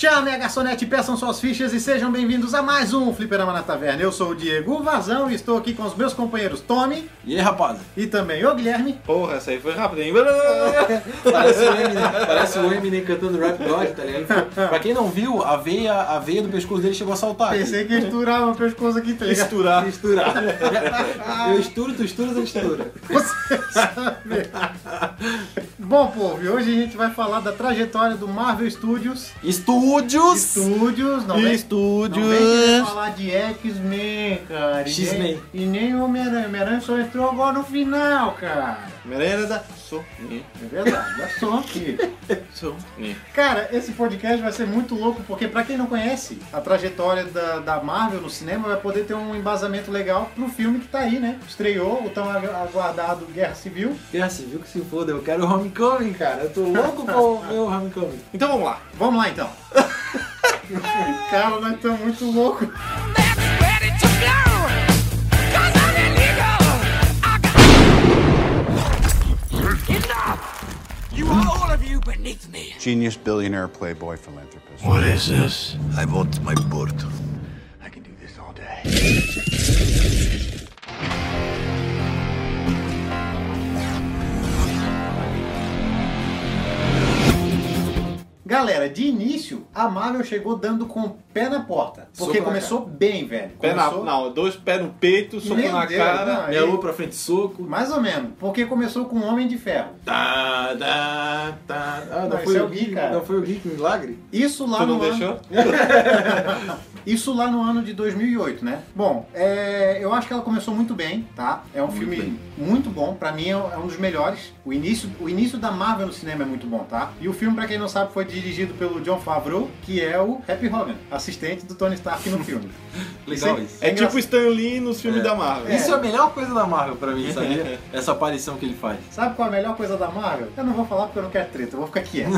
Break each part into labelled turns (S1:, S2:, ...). S1: Plateia Garçonete, peçam suas fichas e sejam bem-vindos a mais um Fliperama na Taverna. Eu sou o Diego Vazão e estou aqui com os meus companheiros Tommy
S2: E aí, rapaz?
S1: e também o Guilherme.
S3: Porra, essa aí foi rápida, hein?
S2: Parece o Eminem, parece o Eminem cantando Rap God, tá ligado? Pra quem não viu, a veia, a veia do pescoço dele chegou a saltar.
S1: Pensei que estourava o pescoço aqui, tá ligado?
S3: Misturar.
S2: Misturar. Eu esturo, tu estura, tu estura.
S1: Você sabe. Bom, povo, e hoje a gente vai falar da trajetória do Marvel Studios.
S2: Estúdios!
S1: Studios, não vem, não vem querer falar de X-Men, cara. E
S2: X-Men.
S1: nem- E nem o Homem-Aranha. Homem-Aranha só entrou agora no final, cara.
S3: Merenda. Sou. Ni.
S1: É verdade, já sou aqui.
S3: Sou. Ni.
S1: Cara, esse podcast vai ser muito louco, porque pra quem não conhece a trajetória da, da Marvel no cinema, vai poder ter um embasamento legal pro filme que tá aí, né? Estreou o tão ag- aguardado Guerra Civil.
S2: Guerra Civil que se foda, eu quero Homecoming, cara. Eu tô louco pra ver o Homecoming.
S3: Então vamos lá.
S1: Vamos lá então. Cara, nós estamos muito loucos.
S4: ready to blow. Cause I'm illegal. I got enough. You are all of you beneath me.
S5: Genius, billionaire, playboy, philanthropist.
S6: What is this? I want my bird. I can do this all day.
S1: Galera, de início, a Marvel chegou dando com o pé na porta. Porque
S2: Soco na
S1: começou bem, velho.
S3: Pé na,
S1: Começou-
S3: não, dois pés no peito, soco
S1: Meu
S3: na
S1: Deus,
S3: cara.
S1: não.
S2: Minha lua pra frente, soco.
S1: Mais ou menos. Porque começou com o Homem de Ferro.
S2: Tá, tá, tá. Ah,
S1: Não,
S2: não,
S1: esse
S2: foi
S1: é
S2: o
S1: o
S2: Gui,
S1: Gui, cara.
S2: Não foi o Gui, que milagre?
S1: Isso lá
S3: Tu
S1: no
S3: não
S1: ano-
S3: deixou?
S1: Isso lá no ano de 2008, né? Bom, é, eu acho que ela começou muito bem, tá? É um filme muito bom, pra mim é um é um dos melhores. O início, o início da Marvel no cinema é muito bom, tá? E o filme, pra quem não sabe, foi dirigido pelo John Favreau, que é o Happy Hogan, assistente do Tony Stark no filme.
S2: Legal
S1: Sim.
S2: isso.
S3: É
S1: engraçado.
S3: tipo Stan Lee nos filmes da Marvel.
S2: Isso é a melhor coisa da Marvel pra mim, sabia? Essa aparição que ele faz.
S1: Sabe qual é a melhor coisa da Marvel? Eu não vou falar porque eu não quero treta, eu vou ficar quieto.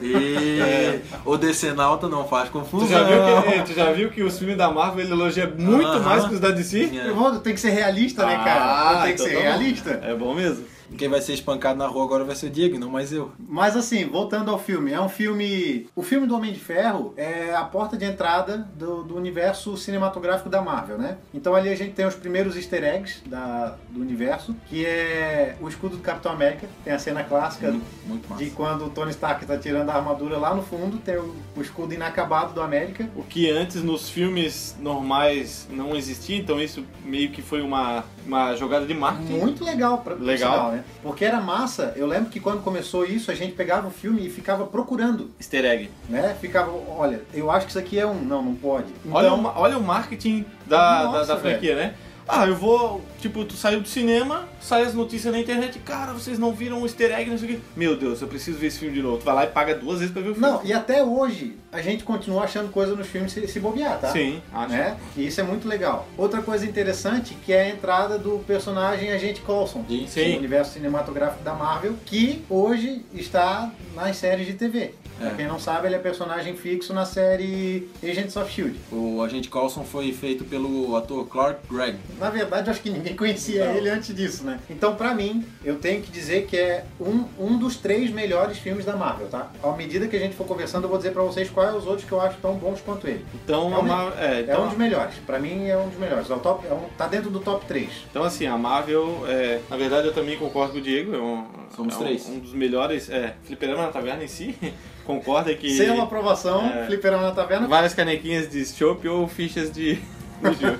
S2: E o Decenalta não faz confusão.
S3: Tu já, viu que, é, tu já viu que os filmes da Marvel ele elogia muito
S2: Aham.
S3: mais que os da DC?
S1: Eu vou- Tem que ser realista, né, cara?
S3: Ah,
S1: Tem que
S3: então
S1: ser
S3: tá bom.
S1: realista.
S3: É bom mesmo.
S2: Quem vai ser espancado na rua agora vai ser o Diego, não mais eu.
S1: Mas assim, voltando ao filme, é um filme. O filme do Homem de Ferro é a porta de entrada do, do universo cinematográfico da Marvel, né? Então ali a gente tem os primeiros easter eggs da, do universo, que é o escudo do Capitão América, tem a cena clássica
S3: Hum,
S2: Muito massa.
S1: de quando o Tony Stark tá tirando a armadura lá no fundo, tem o, o escudo inacabado do América.
S3: O que antes nos filmes normais não existia, então isso meio que foi uma, uma jogada de marketing.
S1: Muito legal pra por
S3: Legal.
S1: sinal, né? Porque era massa. Eu lembro que quando começou isso, a gente pegava o filme e ficava procurando,
S3: Easter egg.
S1: né? Ficava, olha, eu acho que isso aqui é um. Não, não pode.
S3: Olha,
S1: Então-
S3: o, ma- olha o marketing da,
S1: Nossa,
S3: da, da franquia, né? Ah, eu vou. Tipo, tu saiu do cinema, sai as notícias na internet, cara, vocês não viram o easter egg, não sei o quê. Meu Deus, eu preciso ver esse filme de novo. Tu vai lá e paga duas vezes pra ver o filme.
S1: Não, e até hoje a gente continua achando coisa nos filmes se, se bobear, tá?
S3: Sim,
S2: Ah,
S3: acho.
S1: Né? E isso é muito legal. Outra coisa interessante que é a entrada do personagem Agente Coulson
S2: Sim.
S1: do universo cinematográfico da Marvel, que hoje está nas séries de TV.
S2: É.
S1: Pra quem não sabe, ele é personagem fixo na série Agents of S.H.I.E.L.D.
S2: O agente Coulson foi feito pelo ator Clark Gregg.
S1: Na verdade, eu acho que ninguém conhecia ele antes disso, né? Então, pra mim, eu tenho que dizer que é um, um dos três melhores filmes da Marvel, tá? À medida que a gente for conversando, eu vou dizer pra vocês quais os outros que eu acho tão bons quanto ele.
S3: Então,
S1: É
S3: a
S1: um-
S3: Marvel, é,
S1: É
S3: então,
S1: um dos melhores. Pra mim é um dos melhores. É o top, é um- tá dentro do top 3.
S3: então, assim, a Marvel, é, na verdade eu também concordo com o Diego. É um,
S2: Somos
S3: é um,
S2: três.
S3: Um dos melhores. É, Fliperama na Taverna em si concorda que.
S1: Sem uma aprovação,
S3: É.
S1: Fliperama na Taverna.
S3: várias canequinhas de chopp ou fichas de, de jogo.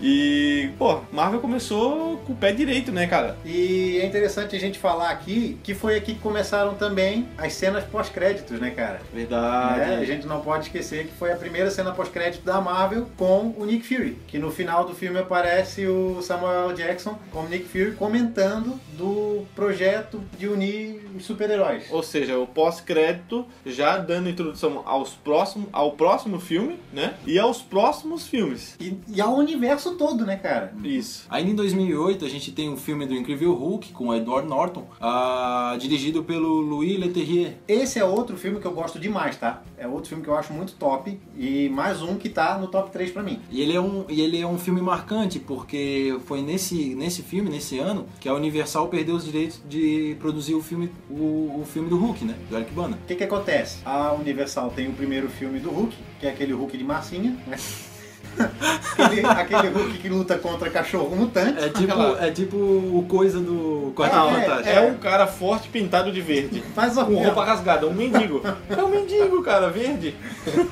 S3: E, pô, Marvel começou com o pé direito, né, cara?
S1: E é interessante a gente falar aqui que foi aqui que começaram também as cenas pós-créditos, né, cara? Né? A
S3: Verdade.
S1: gente não pode esquecer que foi a primeira cena pós-crédito da Marvel com o Nick Fury, que no final do filme aparece o Samuel Jackson como Nick Fury comentando do projeto de unir os super-heróis.
S3: Ou seja, o pós-crédito já dando introdução aos próximo, ao próximo filme, né? E aos próximos filmes.
S1: E, e ao universo mundo todo, né, cara?
S3: Isso.
S2: Ainda em 2008, a gente tem um filme do Incrível Hulk com o Edward Norton, ah, dirigido pelo Louis Leterrier.
S1: Esse é outro filme que eu gosto demais, tá? É outro filme que eu acho muito top e mais um que tá no top 3 pra mim.
S2: E ele, é um, e ele é um filme marcante, porque foi nesse, nesse filme, nesse ano, que a Universal perdeu os direitos de produzir o filme, o, o filme do Hulk, né? Do Eric Bana.
S1: O que que acontece? A Universal tem o primeiro filme do Hulk, que é aquele Hulk de massinha, né? aquele, aquele Hulk que luta contra cachorro mutante.
S2: É tipo, é tipo o coisa do Quarto
S1: Ah, é,
S2: Fantástico.
S3: É um cara forte pintado de verde.
S1: Faz a
S3: Com roupa rasgada, um mendigo. É um mendigo, cara, verde.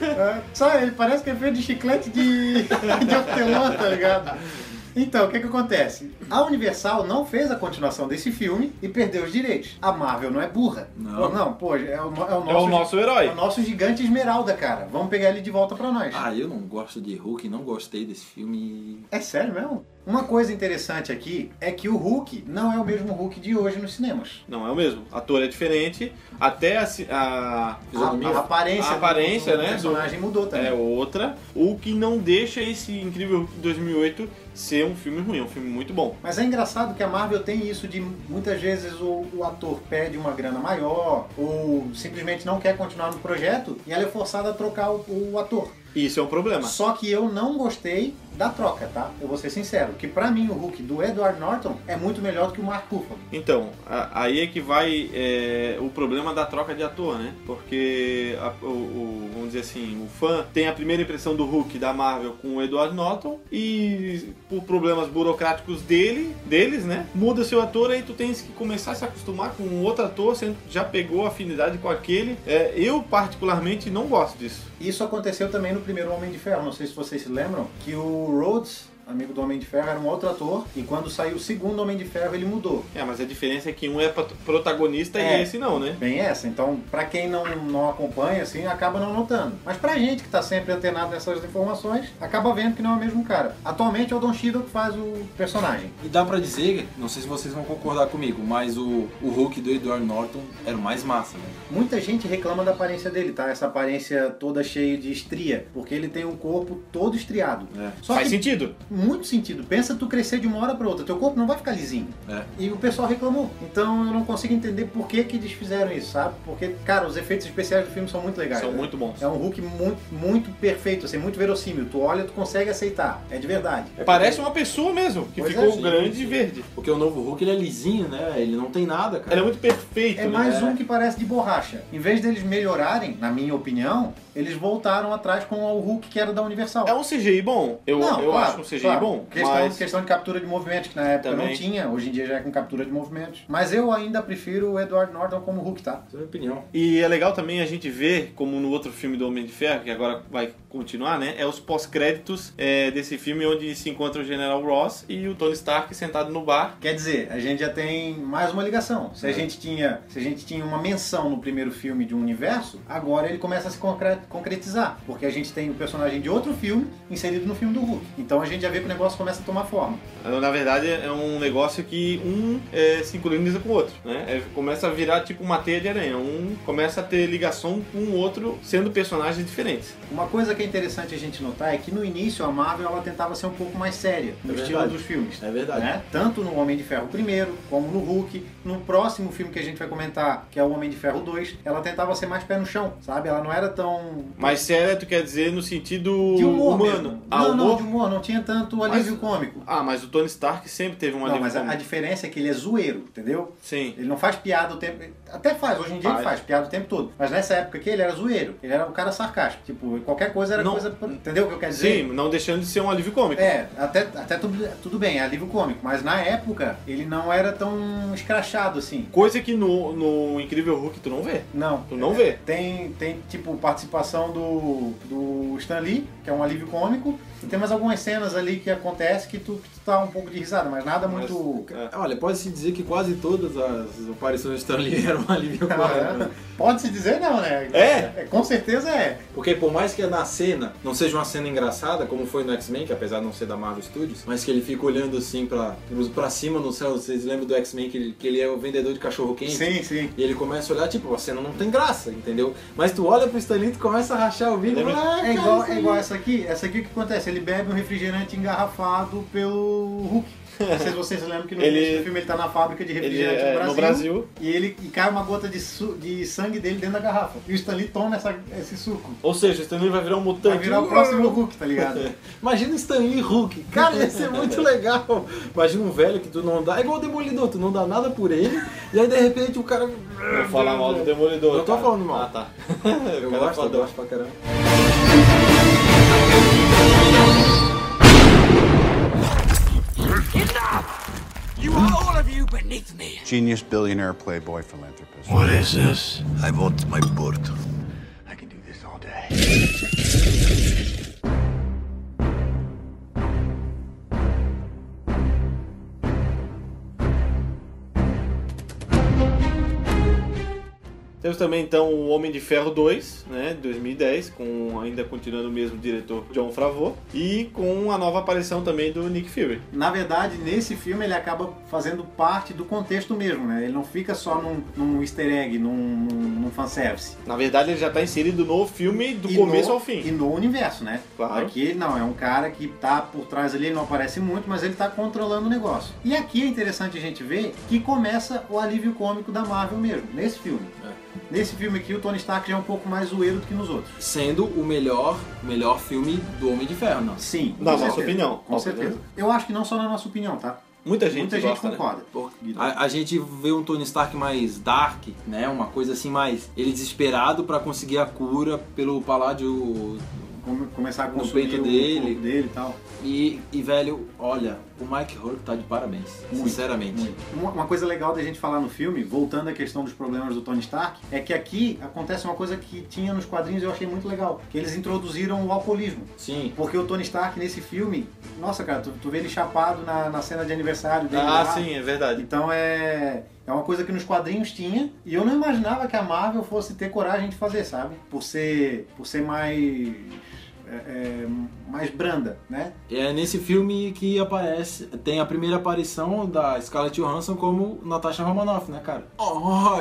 S1: É, Sabe, ele parece que é feito de chiclete de, de hortelã, tá ligado? Então, o que que acontece? A Universal não fez a continuação desse filme e perdeu os direitos. A Marvel não é burra.
S2: Não.
S1: Falou, não pô, é o, no- é o nosso,
S3: É o nosso herói.
S1: é o nosso gigante esmeralda, cara. Vamos pegar ele de volta pra nós.
S2: Ah, eu não gosto de Hulk, não gostei desse filme.
S1: É sério mesmo? Uma coisa interessante aqui é que o Hulk não é o mesmo Hulk de hoje nos cinemas.
S3: Não é o mesmo. Ator é diferente. Até a, ci- a
S1: A, a aparência,
S3: a
S1: do-
S3: aparência,
S1: do,
S3: né, do-
S1: personagem mudou também.
S3: é outra. O que não deixa esse incrível Hulk de 2008 ser um filme ruim. É um filme muito bom.
S1: Mas é engraçado que a Marvel tem isso de muitas vezes o, o ator pede uma grana maior ou simplesmente não quer continuar no projeto e ela é forçada a trocar o, o ator.
S3: E isso é um problema.
S1: Só que eu não gostei da troca, tá? Eu vou ser sincero, que pra mim o Hulk do Edward Norton é muito melhor do que o Mark Ruffalo.
S3: Então, a- aí é que vai é, o problema da troca de ator, né? Porque, a- o, o- vamos dizer assim, o fã tem a primeira impressão do Hulk da Marvel com o Edward Norton e, por problemas burocráticos dele, deles, né? Muda seu ator, aí tu tens que começar a se acostumar com um outro ator, sendo que já pegou afinidade com aquele. É, eu, particularmente, não gosto disso.
S1: Isso aconteceu também no primeiro Homem de Ferro, não sei se vocês se lembram, que o Rhodes, amigo do Homem de Ferro, era um outro ator e quando saiu o segundo Homem de Ferro ele mudou.
S3: É, mas a diferença é que um é pat- protagonista
S1: É.
S3: e esse não, né?
S1: Bem essa, então pra quem não, não acompanha, assim, acaba não notando. Mas pra gente que tá sempre antenado nessas informações, acaba vendo que não é o mesmo cara. Atualmente é o Don Cheadle que faz o personagem.
S2: E dá pra dizer, não sei se vocês vão concordar comigo, mas o, o Hulk do Edward Norton era o mais massa, né?
S1: Muita gente reclama da aparência dele, tá? Essa aparência toda cheia de estria, porque ele tem um corpo todo estriado.
S2: É.
S1: Só
S3: Faz
S1: que
S3: sentido.
S1: muito sentido. Pensa tu crescer de uma hora pra outra, teu corpo não vai ficar lisinho.
S2: É.
S1: E o pessoal reclamou. Então eu não consigo entender por que que eles fizeram isso, sabe? Porque, cara, os efeitos especiais do filme são muito legais.
S3: São
S1: né?
S3: muito bons.
S1: É um Hulk muito, muito perfeito, assim, muito verossímil. Tu olha, tu consegue aceitar. É de verdade.
S3: Parece uma pessoa mesmo, que
S1: Pois
S3: ficou
S1: é, sim,
S3: grande
S2: sim.
S3: e verde.
S2: Porque o novo Hulk ele é lisinho, né? Ele um- não tem nada, cara.
S3: Ele é muito perfeito,
S1: É
S3: né?
S1: mais um que parece de borracha. Em vez deles melhorarem, na minha opinião, eles voltaram atrás com o Hulk que era da Universal.
S3: É um CGI bom. Eu, eu acho um CGI
S1: claro.
S3: bom.
S1: Questão, é-
S3: mas
S1: questão de captura de movimento, que na época não
S3: Também.
S1: tinha, hoje em dia já é com captura de movimentos. Mas eu ainda prefiro o Edward Norton como Hulk, tá?
S2: Essa é a minha opinião.
S3: E é legal também a gente ver, como no outro filme do Homem de Ferro, que agora vai continuar, né? É os pós-créditos é, desse filme onde se encontra o General Ross e o Tony Stark sentado no bar.
S1: Quer dizer, a gente já tem mais uma ligação.
S3: É.
S1: Se a gente tinha, se a gente tinha uma menção no primeiro filme de um universo, agora ele começa a se concre- concretizar, porque a gente tem o personagem de outro filme inserido no filme do Hulk. Então a gente já vê que o negócio começa a tomar forma.
S3: Na verdade, é um negócio que um é, sincroniza com o outro, né? É, começa a virar tipo uma teia de aranha. Um começa a ter ligação com o outro, sendo personagens diferentes.
S1: Uma coisa que é interessante a gente notar é que no início a Marvel ela tentava ser um pouco mais séria no
S2: É
S1: estilo
S2: verdade.
S1: dos filmes.
S2: É verdade.
S1: né? Tanto no Homem de Ferro primeiro, como no Hulk. No próximo filme que a gente vai comentar, que é o Homem de Ferro 2, ela tentava ser mais pé no chão, sabe? Ela não era tão.
S3: Mas séria, tu quer dizer no sentido
S1: De humor
S3: humano.
S1: mesmo.
S3: Ah,
S1: não, não,
S3: humor?
S1: de humor, não tinha tanto
S3: Mas-
S1: alívio cômico.
S3: Ah, mas o Tony Stark sempre teve um
S1: Não, mas a, a
S3: alívio.
S1: diferença é que ele é zoeiro, entendeu?
S3: Sim.
S1: Ele não faz piada o tempo. Até faz, hoje em dia ele
S3: Faz.
S1: faz piada o tempo todo. Mas nessa época aqui ele era zoeiro. Ele era um cara sarcástico. Tipo, qualquer coisa era
S3: Não.
S1: coisa. Entendeu o que eu quero dizer?
S3: Sim, não deixando de ser um alívio cômico.
S1: É, até, até tudo, tudo bem, é alívio cômico. Mas na época ele não era tão escrachado assim.
S3: Coisa que no, no Incrível Hulk tu não vê.
S1: Não. É,
S3: Tu não vê.
S1: Tem, tem tipo, participação do, do Stan Lee, que é um alívio cômico. E tem mais algumas cenas ali que acontece que tu, que tu tá um pouco de risada, mas nada
S3: Mas-
S1: muito.
S3: é.
S2: Olha, pode-se dizer que quase todas as aparições do Stanley eram um alívio cômico. né?
S1: Pode se dizer não, né?
S3: É?
S1: Com certeza é.
S2: Porque por mais que na cena não seja uma cena engraçada, como foi no X-Men, que apesar de não ser da Marvel Studios, mas que ele fica olhando assim pra, pra cima no céu, vocês lembram do X-Men que, ele- que ele é o vendedor de cachorro quente?
S1: Sim, sim.
S2: E ele começa a olhar, tipo, a cena não tem graça, entendeu? Mas tu olha pro Stanley e tu começa a rachar o bico.
S3: Ele é
S2: Ah,
S1: Então, assim, É igual, é igual essa aqui. Essa aqui o que acontece? Ele bebe um refrigerante engarrafado pelo Hulk. Não sei se vocês se lembram que no
S3: Ele-
S1: início do filme ele tá na fábrica de
S3: Ele
S1: refrigerante
S3: é, no Brasil.
S1: E ele e cai uma gota de, su- de sangue dele dentro da garrafa. E o Stanley toma essa, esse suco.
S3: Ou seja, o Stanley vai virar um mutante.
S1: Vai virar o próximo Hulk, tá ligado?
S2: Imagina Stanley Hulk. Cara, ia ser muito legal. Imagina um velho que tu não dá. É igual o Demolidor, tu não dá nada por ele. E aí de repente o cara.
S3: Vou falar mal do Demolidor.
S2: Não tô
S3: cara.
S2: falando mal.
S3: Ah, tá.
S2: Eu
S3: Cara,
S2: gosto, eu
S3: fodão.
S2: gosto pra caramba.
S4: Enough! You are all of you beneath me.
S5: Genius, billionaire, playboy, philanthropist.
S6: What is this? I want my board. I can do this all day.
S3: Temos também então o Homem de Ferro 2, né, de 2010, com ainda continuando o mesmo diretor John Favreau e com a nova aparição também do Nick Fury.
S1: Na verdade, nesse filme ele acaba fazendo parte do contexto mesmo, né? Ele não fica só num, num easter egg, num, num, num fanservice.
S3: Na verdade, ele já está inserido no filme do
S1: E
S3: começo
S1: no-
S3: ao fim.
S1: E no universo, né?
S3: Claro.
S1: Aqui ele não, é um cara que tá por trás ali, ele não aparece muito, mas ele tá controlando o negócio. E aqui é interessante a gente ver que começa o alívio cômico da Marvel mesmo, nesse filme.
S3: É.
S1: Nesse filme aqui, o Tony Stark já é um pouco mais zoeiro do que nos outros.
S2: Sendo o melhor, melhor filme do Homem de Ferro, não.
S1: Sim. com
S3: Na nossa
S1: certeza.
S3: opinião,
S1: Com
S3: obviamente.
S1: certeza. Eu acho que não só na nossa opinião, tá?
S3: Muita gente
S1: Muita gente
S3: gosta, né?
S1: concorda.
S2: Pô, A, a gente vê um Tony Stark mais dark, né? Uma coisa assim mais ele desesperado pra conseguir a cura pelo paládio
S1: Come- começar a
S2: No
S1: consumir
S2: peito
S1: o
S2: dele.
S1: corpo dele e tal.
S2: e, e velho, olha, o Mike Hurk tá de parabéns, sinceramente.
S1: Uma, uma coisa legal da gente falar no filme, voltando à questão dos problemas do Tony Stark, é que aqui acontece uma coisa que tinha nos quadrinhos e eu achei muito legal, que eles introduziram o alcoolismo.
S2: Sim.
S1: Porque o Tony Stark nesse filme, nossa cara, tu, tu vê ele chapado na, na cena de aniversário dele.
S3: Ah,
S1: lá.
S3: sim, é verdade.
S1: Então é, é uma coisa que nos quadrinhos tinha e eu não imaginava que a Marvel fosse ter coragem de fazer, sabe? Por ser, por ser mais, é, é, mais branda, né?
S2: É nesse filme que aparece, tem a primeira aparição da Scarlett Johansson como Natasha Romanoff, né, cara? Oh,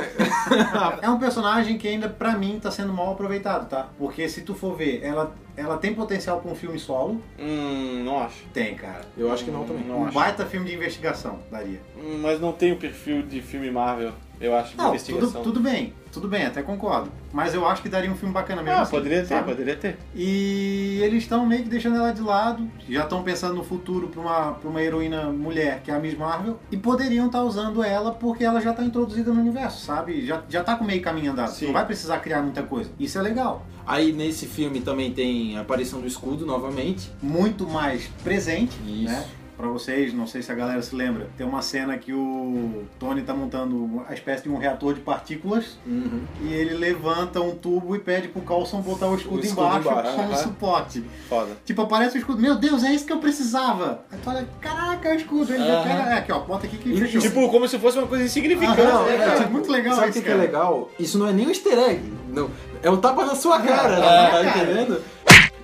S1: É um personagem que ainda, pra mim, tá sendo mal aproveitado, tá? Porque se tu for ver, ela, ela tem potencial pra um filme solo?
S3: Hum, não acho.
S1: Tem, cara.
S2: eu acho que não também.
S1: um baita filme de investigação, daria.
S3: Hum, Mas não tem o perfil de filme Marvel, eu acho, de
S1: Não, tudo,
S3: investigação.
S1: tudo bem, tudo bem, até concordo. Mas eu acho que daria um filme bacana mesmo.
S3: Ah,
S1: assim,
S3: poderia ter,
S1: sabe?
S3: poderia ter.
S1: E eles estão meio que deixando ela de lado, já estão pensando no futuro pra uma, pra uma heroína mulher, que é a Miss Marvel, e poderiam estar usando ela porque ela já tá introduzida no universo, sabe? Já, já tá com meio caminho andado,
S3: Sim.
S1: não vai precisar criar muita coisa. Isso é legal.
S2: Aí nesse filme também tem a aparição do escudo novamente.
S1: muito mais presente,
S2: Isso.
S1: né? Pra vocês, não sei se a galera se lembra, tem uma cena que o Tony tá montando a espécie de um reator de partículas e ele levanta um tubo e pede pro Carlson botar o escudo,
S2: O escudo
S1: embaixo,
S2: embaixo,
S1: como
S2: aham.
S1: suporte.
S3: Foda.
S1: Tipo, aparece o escudo, meu Deus, é isso que eu precisava. Aí tu olha, caraca, é o escudo. Ele já
S2: Aham.
S1: pega, é, aqui ó, bota aqui que
S2: E,
S1: fechou.
S3: Tipo, como se fosse uma coisa insignificante.
S1: Aham,
S3: né,
S1: é,
S3: cara?
S1: tipo, muito legal
S2: Sabe o
S1: isso,
S2: que, que é
S1: cara.
S2: legal? Isso não é nem um easter egg. Não. É um tapa na sua cara,
S1: É,
S2: tá
S1: cara.
S2: entendendo?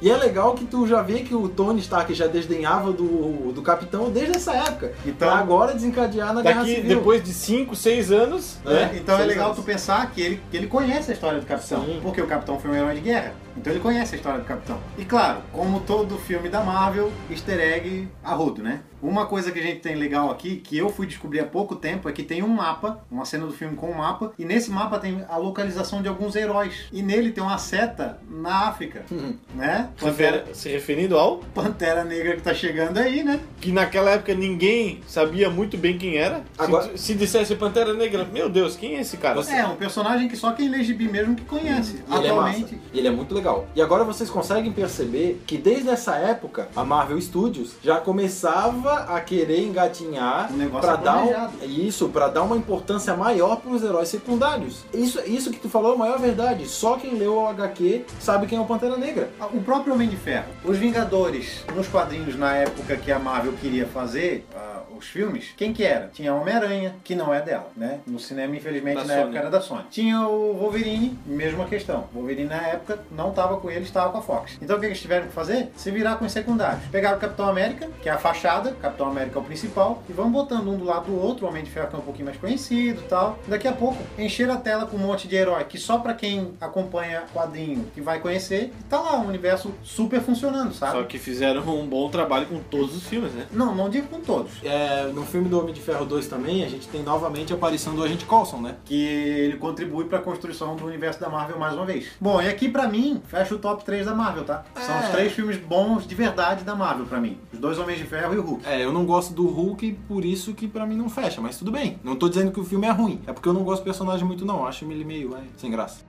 S2: E é legal que tu já vê que o Tony Stark já desdenhava do, do Capitão desde essa época.
S1: Então-
S2: pra agora desencadear na Guerra
S3: Daqui,
S2: Civil.
S3: depois de 5, 6 anos,
S1: né?
S3: né?
S1: Então é
S2: Seis
S1: legal
S2: anos.
S1: tu pensar que ele, que ele conhece a história do Capitão,
S2: Sim.
S1: porque o Capitão foi um herói de guerra. Então ele conhece a história do Capitão. E claro, como todo filme da Marvel, easter egg a rodo, né? Uma coisa que a gente tem legal aqui, que eu fui descobrir há pouco tempo, é que tem um mapa, uma cena do filme com um mapa, e nesse mapa tem a localização de alguns heróis. E nele tem uma seta na África,
S2: Hum.
S1: né?
S3: Se
S1: Pantera,
S3: refere- Se referindo ao
S1: Pantera Negra que tá chegando aí, né?
S3: que naquela época ninguém sabia muito bem quem era. Se
S2: Agora-
S3: tu- Se, dissesse Pantera Negra, meu Deus, quem é esse cara?
S2: Você-
S1: É, um personagem que só quem lê gibi mesmo que conhece.
S2: E ele é massa.
S1: Atualmente,
S2: Ele é muito legal. E agora vocês conseguem perceber que desde essa época a Marvel Studios já começava a querer engatinhar
S1: O negócio
S2: para
S1: é
S2: dar
S1: planejado.
S2: um, isso, para dar uma importância maior para os heróis secundários. Isso, isso que tu falou é a maior verdade. Só quem leu o HQ sabe quem é o Pantera Negra.
S1: O próprio Homem de Ferro. Os Vingadores, nos quadrinhos na época que a Marvel queria fazer ah, os filmes, quem que era? Tinha Homem-Aranha, que não é dela, né? No cinema, infelizmente,
S3: Da
S1: na
S3: Sony. né?
S1: época era da Sony. Tinha o Wolverine, mesma questão. Wolverine na época não tava com ele, estava com a Fox. Então o que eles tiveram que fazer? Se virar com os secundários. Pegaram o Capitão América, que é a fachada, Capitão América é o principal, e vão botando um do lado do outro, o Homem de Ferro que é um pouquinho mais conhecido e tal. Daqui a pouco, encheram a tela com um monte de herói que só pra quem acompanha quadrinho que vai conhecer, e tá lá um universo negócio super funcionando, sabe?
S3: Só que fizeram um bom trabalho com todos os filmes, né?
S1: Não, não digo com todos.
S2: É, no filme do Homem de Ferro 2 também, a gente tem novamente a aparição do Agente Coulson, né?
S1: Que ele contribui pra construção do universo da Marvel mais uma vez. Bom, e aqui pra mim, fecha o top 3 da Marvel, tá? São
S2: É.
S1: os três filmes bons de verdade da Marvel pra mim. Os dois Homens de Ferro e o Hulk.
S2: É, eu não gosto do Hulk, por isso que pra mim não fecha, mas tudo bem. Não tô dizendo que o filme é ruim, é porque eu não gosto do personagem muito não, acho ele meio é, sem graça.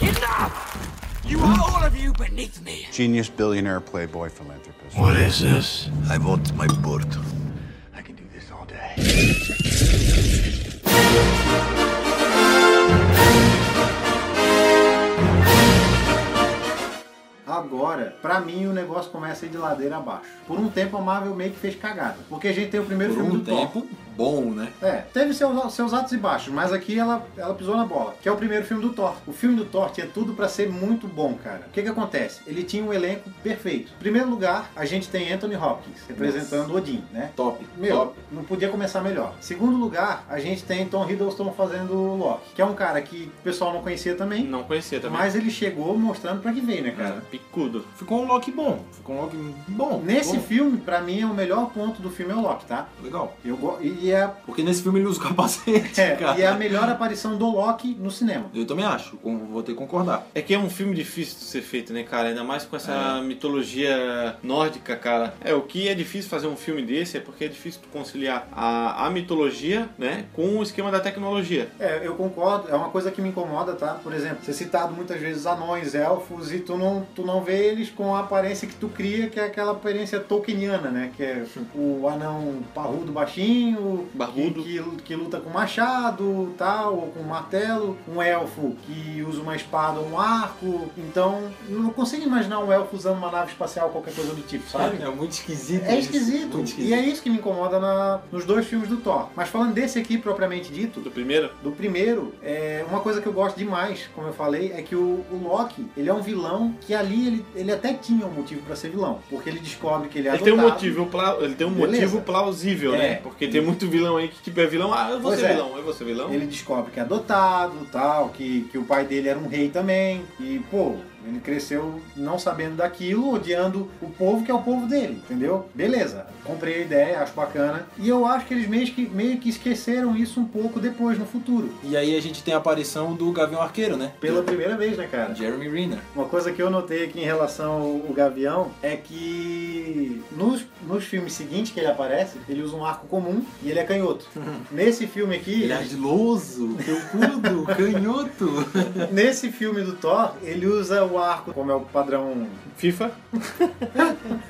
S4: Enough! You are all of you beneath me.
S5: Genius, billionaire, playboy, philanthropist.
S6: What is this? I want my bird. I can do this all day.
S1: Agora, pra mim, o negócio começa a ir de ladeira abaixo. Por um tempo, a Marvel meio que fez cagada. Porque a gente tem o primeiro
S2: Por
S1: filme é
S2: um
S1: do Thor.
S2: tempo, bom, né?
S1: É, teve seus, seus atos e baixos, mas aqui ela, ela pisou na bola, que é o primeiro filme do Thor. O filme do Thor tinha tudo pra ser muito bom, cara. O que que acontece? Ele tinha um elenco perfeito. Em primeiro lugar, a gente tem Anthony Hopkins, representando Odin, né?
S2: Top,
S1: Meu,
S2: top.
S1: não podia começar melhor. Segundo lugar, a gente tem Tom Hiddleston fazendo o Loki, que é um cara que o pessoal não conhecia também,
S3: Não conhecia também.
S1: mas ele chegou mostrando pra que veio, né, cara?
S3: Cara, picudo.
S2: Ficou um Loki bom, ficou um Loki bom.
S1: Nesse
S2: bom,
S1: filme, pra mim, é o melhor ponto do filme é o Loki, tá?
S2: Legal.
S1: Eu go- e é
S2: Porque nesse filme ele usa o capacete,
S1: É,
S2: cara.
S1: e é a melhor aparição do Loki no cinema.
S2: Eu também acho, com- vou ter que concordar.
S3: É que é um filme difícil de ser feito, né, cara? Ainda mais com essa
S2: É.
S3: mitologia nórdica, cara. É, o que é difícil fazer um filme desse é porque é difícil tu conciliar a, a mitologia, né, com o esquema da tecnologia.
S1: É, eu concordo, é uma coisa que me incomoda, tá? Por exemplo, ser citado muitas vezes anões, elfos, e tu não, tu não vê eles com a aparência que tu cria, que é aquela aparência tolkieniana, né? Que é o anão parrudo baixinho,
S3: Barbudo.
S1: Que, que, que luta com machado, tal, ou com martelo, um elfo que usa uma espada ou um arco. Então, eu não consigo imaginar um elfo usando uma nave espacial, qualquer coisa do tipo, sabe?
S2: É muito esquisito.
S1: É
S2: isso,
S1: esquisito.
S2: Muito
S1: E
S2: esquisito.
S1: é isso que me incomoda na- nos dois filmes do Thor. Mas falando desse aqui propriamente dito,
S3: Do primeiro,
S1: do primeiro, é, uma coisa que eu gosto demais, como eu falei, é que o, o Loki, ele é um vilão que ali ele, ele até tinha um motivo pra ser vilão. Porque ele descobre que ele é
S3: ele tem um
S1: adotado.
S3: motivo, pla- ele tem um
S1: Beleza.
S3: motivo plausível,
S1: É.
S3: né? Porque tem muito vilão aí que tipo é vilão, ah, eu vou
S1: Pois
S3: ser
S1: é.
S3: vilão, eu vou ser vilão.
S1: Ele descobre que é adotado, tal, que, que o pai dele era um rei também. E, pô, ele cresceu não sabendo daquilo, odiando o povo que é o povo dele, entendeu? Beleza, comprei a ideia, acho bacana. E eu acho que eles meio que, meio que esqueceram isso um pouco depois, no futuro.
S2: E aí a gente tem a aparição do Gavião Arqueiro, né?
S1: Pela primeira vez, né, cara?
S2: Jeremy Renner.
S1: Uma coisa que eu notei aqui em relação ao ao Gavião é que nos, nos filmes seguintes que ele aparece, ele usa um arco comum e ele é canhoto. Nesse filme aqui,
S2: Ele é ardiloso, felpudo, canhoto.
S3: é.
S1: nesse filme do Thor, ele usa o arco como é o padrão
S3: FIFA,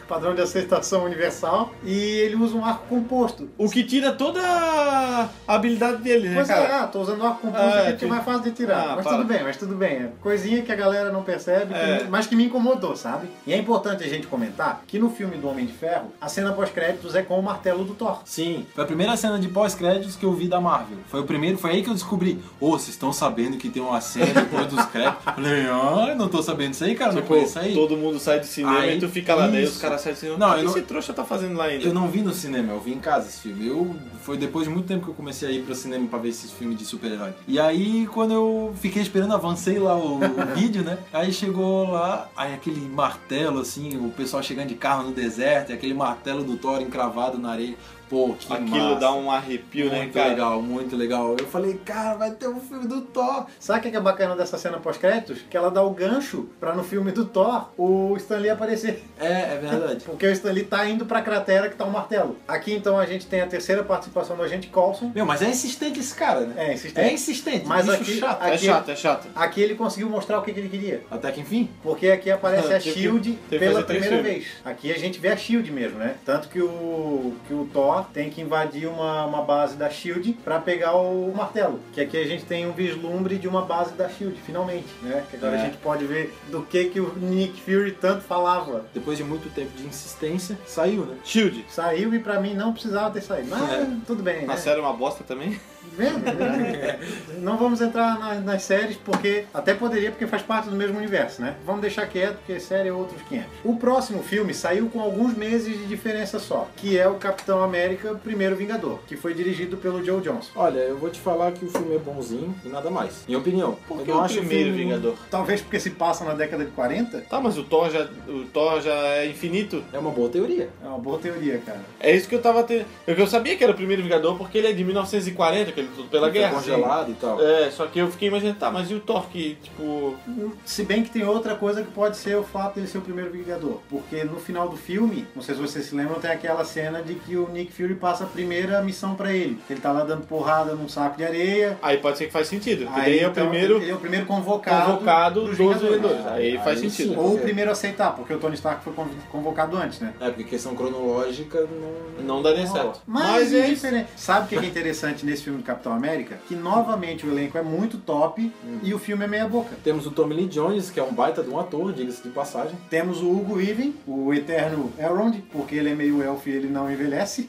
S1: padrão de aceitação universal e ele usa um arco composto.
S3: o que tira toda a habilidade dele, né,
S1: Pois é,
S3: cara?
S1: ah, tô usando o arco composto
S3: Ah,
S1: aqui porque é
S3: que-
S1: mais fácil de tirar.
S3: Ah,
S1: mas
S3: para.
S1: tudo bem, mas tudo bem. É coisinha que a galera não percebe, que-
S3: É.
S1: mas que me incomodou, sabe? E é importante a gente comentar que no filme do Homem de Ferro, a cena pós-créditos é com o martelo do Thor.
S2: Sim, foi a primeira cena de pós-créditos que eu vi da Marvel. Foi o primeiro, foi aí que eu descobri. Ô, vocês estão sabendo que tem uma cena depois dos créditos? Falei, ah, eu não tô sabendo isso aí, cara, não
S3: Tipo,
S2: conheço Ah, isso aí.
S3: todo mundo sai do cinema
S2: Aí,
S3: e tu fica lá, daí
S2: isso.
S3: os caras saem do cinema.
S2: Não,
S3: o que
S2: eu não-
S3: esse trouxa tá fazendo lá ainda?
S2: Eu não vi no cinema, eu vi em casa esse filme. Eu foi depois de muito tempo que eu comecei a ir pro cinema pra ver esses filmes de super-herói. E aí quando eu fiquei esperando, avancei lá o, o vídeo, né? Aí chegou lá, aí aquele martelo assim, o pessoal chegando de carro no deserto, e aquele martelo do Thor encravado na areia. Pô, que
S3: Aquilo
S2: massa.
S3: dá um arrepio,
S2: muito
S3: né, cara?
S2: legal, muito legal. Eu falei, cara, vai ter um filme do Thor.
S1: Sabe o que é que é bacana dessa cena pós-créditos? Que ela dá o gancho pra no filme do Thor o Stan Lee aparecer.
S2: É, é verdade.
S1: Porque o Stan Lee tá indo pra cratera que tá o martelo. Aqui então a gente tem a terceira participação do agente Coulson.
S2: Meu, mas é insistente esse cara, né?
S1: É insistente.
S2: É insistente,
S1: Mas
S2: bicho
S1: aqui-
S2: chato.
S3: É
S1: aqui-
S3: chato, é chato.
S1: Aqui ele conseguiu mostrar o que que ele queria.
S2: Até que enfim.
S1: Porque aqui aparece
S3: Ah,
S1: a
S3: teve que-
S1: Shield
S3: teve que
S1: pela
S3: fazer três
S1: primeira
S3: filmes.
S1: vez. Aqui a gente vê a Shield mesmo, né? Tanto que o, que o Thor tem que invadir uma, uma base da Shield pra pegar o martelo. Que aqui a gente tem um vislumbre de uma base da Shield, finalmente, né? Que agora
S2: É.
S1: a gente pode ver do que que o Nick Fury tanto falava.
S2: Depois de muito tempo de insistência, saiu, né?
S3: Shield. É.
S1: Saiu e pra mim não precisava ter saído. Mas tudo bem, né?
S3: Na série é uma bosta também.
S1: Vendo? É. Não vamos entrar na- nas séries, porque até poderia, porque faz parte do mesmo universo, né? Vamos deixar quieto, porque série é outros 500. O próximo filme saiu com alguns meses de diferença só, que é o Capitão América Primeiro Vingador, que foi dirigido pelo Joe Johnson.
S2: Olha, eu vou te falar que o filme é bonzinho e nada mais. Minha opinião.
S3: Por
S2: eu
S3: que
S2: não
S3: o
S2: acho
S3: primeiro
S2: filme-
S3: Vingador?
S1: Talvez porque se passa na década de 40?
S3: Tá, mas o Thor já, o Thor já é infinito.
S2: É uma boa teoria.
S1: É uma boa teoria, cara.
S3: É isso que eu tava tendo. Eu, eu sabia que era o primeiro Vingador porque ele é de 1940, aquele tudo pela
S2: Ele foi
S3: guerra.
S2: congelado e tal.
S3: É, só que eu fiquei imaginando, tá, mas e o Thor que, tipo.
S1: Se bem que tem outra coisa que pode ser o fato dele ser o primeiro Vingador. Porque no final do filme, não sei se vocês se lembram, tem aquela cena de que o Nick Fury passa a primeira missão pra ele. Ele tá lá dando porrada num saco de areia.
S3: Aí pode ser que faz sentido. porque
S1: Aí,
S3: daí é o
S1: então,
S3: primeiro
S1: ele é o primeiro convocado,
S3: convocado
S1: dos
S3: dos
S1: Vingadores.
S3: Vingadores. Aí
S2: Ah,
S3: faz
S2: aí
S3: sentido.
S2: sim.
S1: Ou o primeiro a aceitar, porque o Tony Stark foi conv- convocado antes, né?
S2: É, porque questão cronológica não.
S3: Não daria certo.
S1: Mas, é
S3: é isso.
S1: diferente. Sabe o que é interessante nesse filme do Capitão América? Que novamente o elenco é muito top
S3: Uhum.
S1: e o filme é meia boca.
S2: Temos o Tommy Lee Jones, que é um baita de um ator, diga-se de passagem.
S1: Temos o Hugo Weaving, o eterno Elrond, porque ele é meio elfo e ele não envelhece,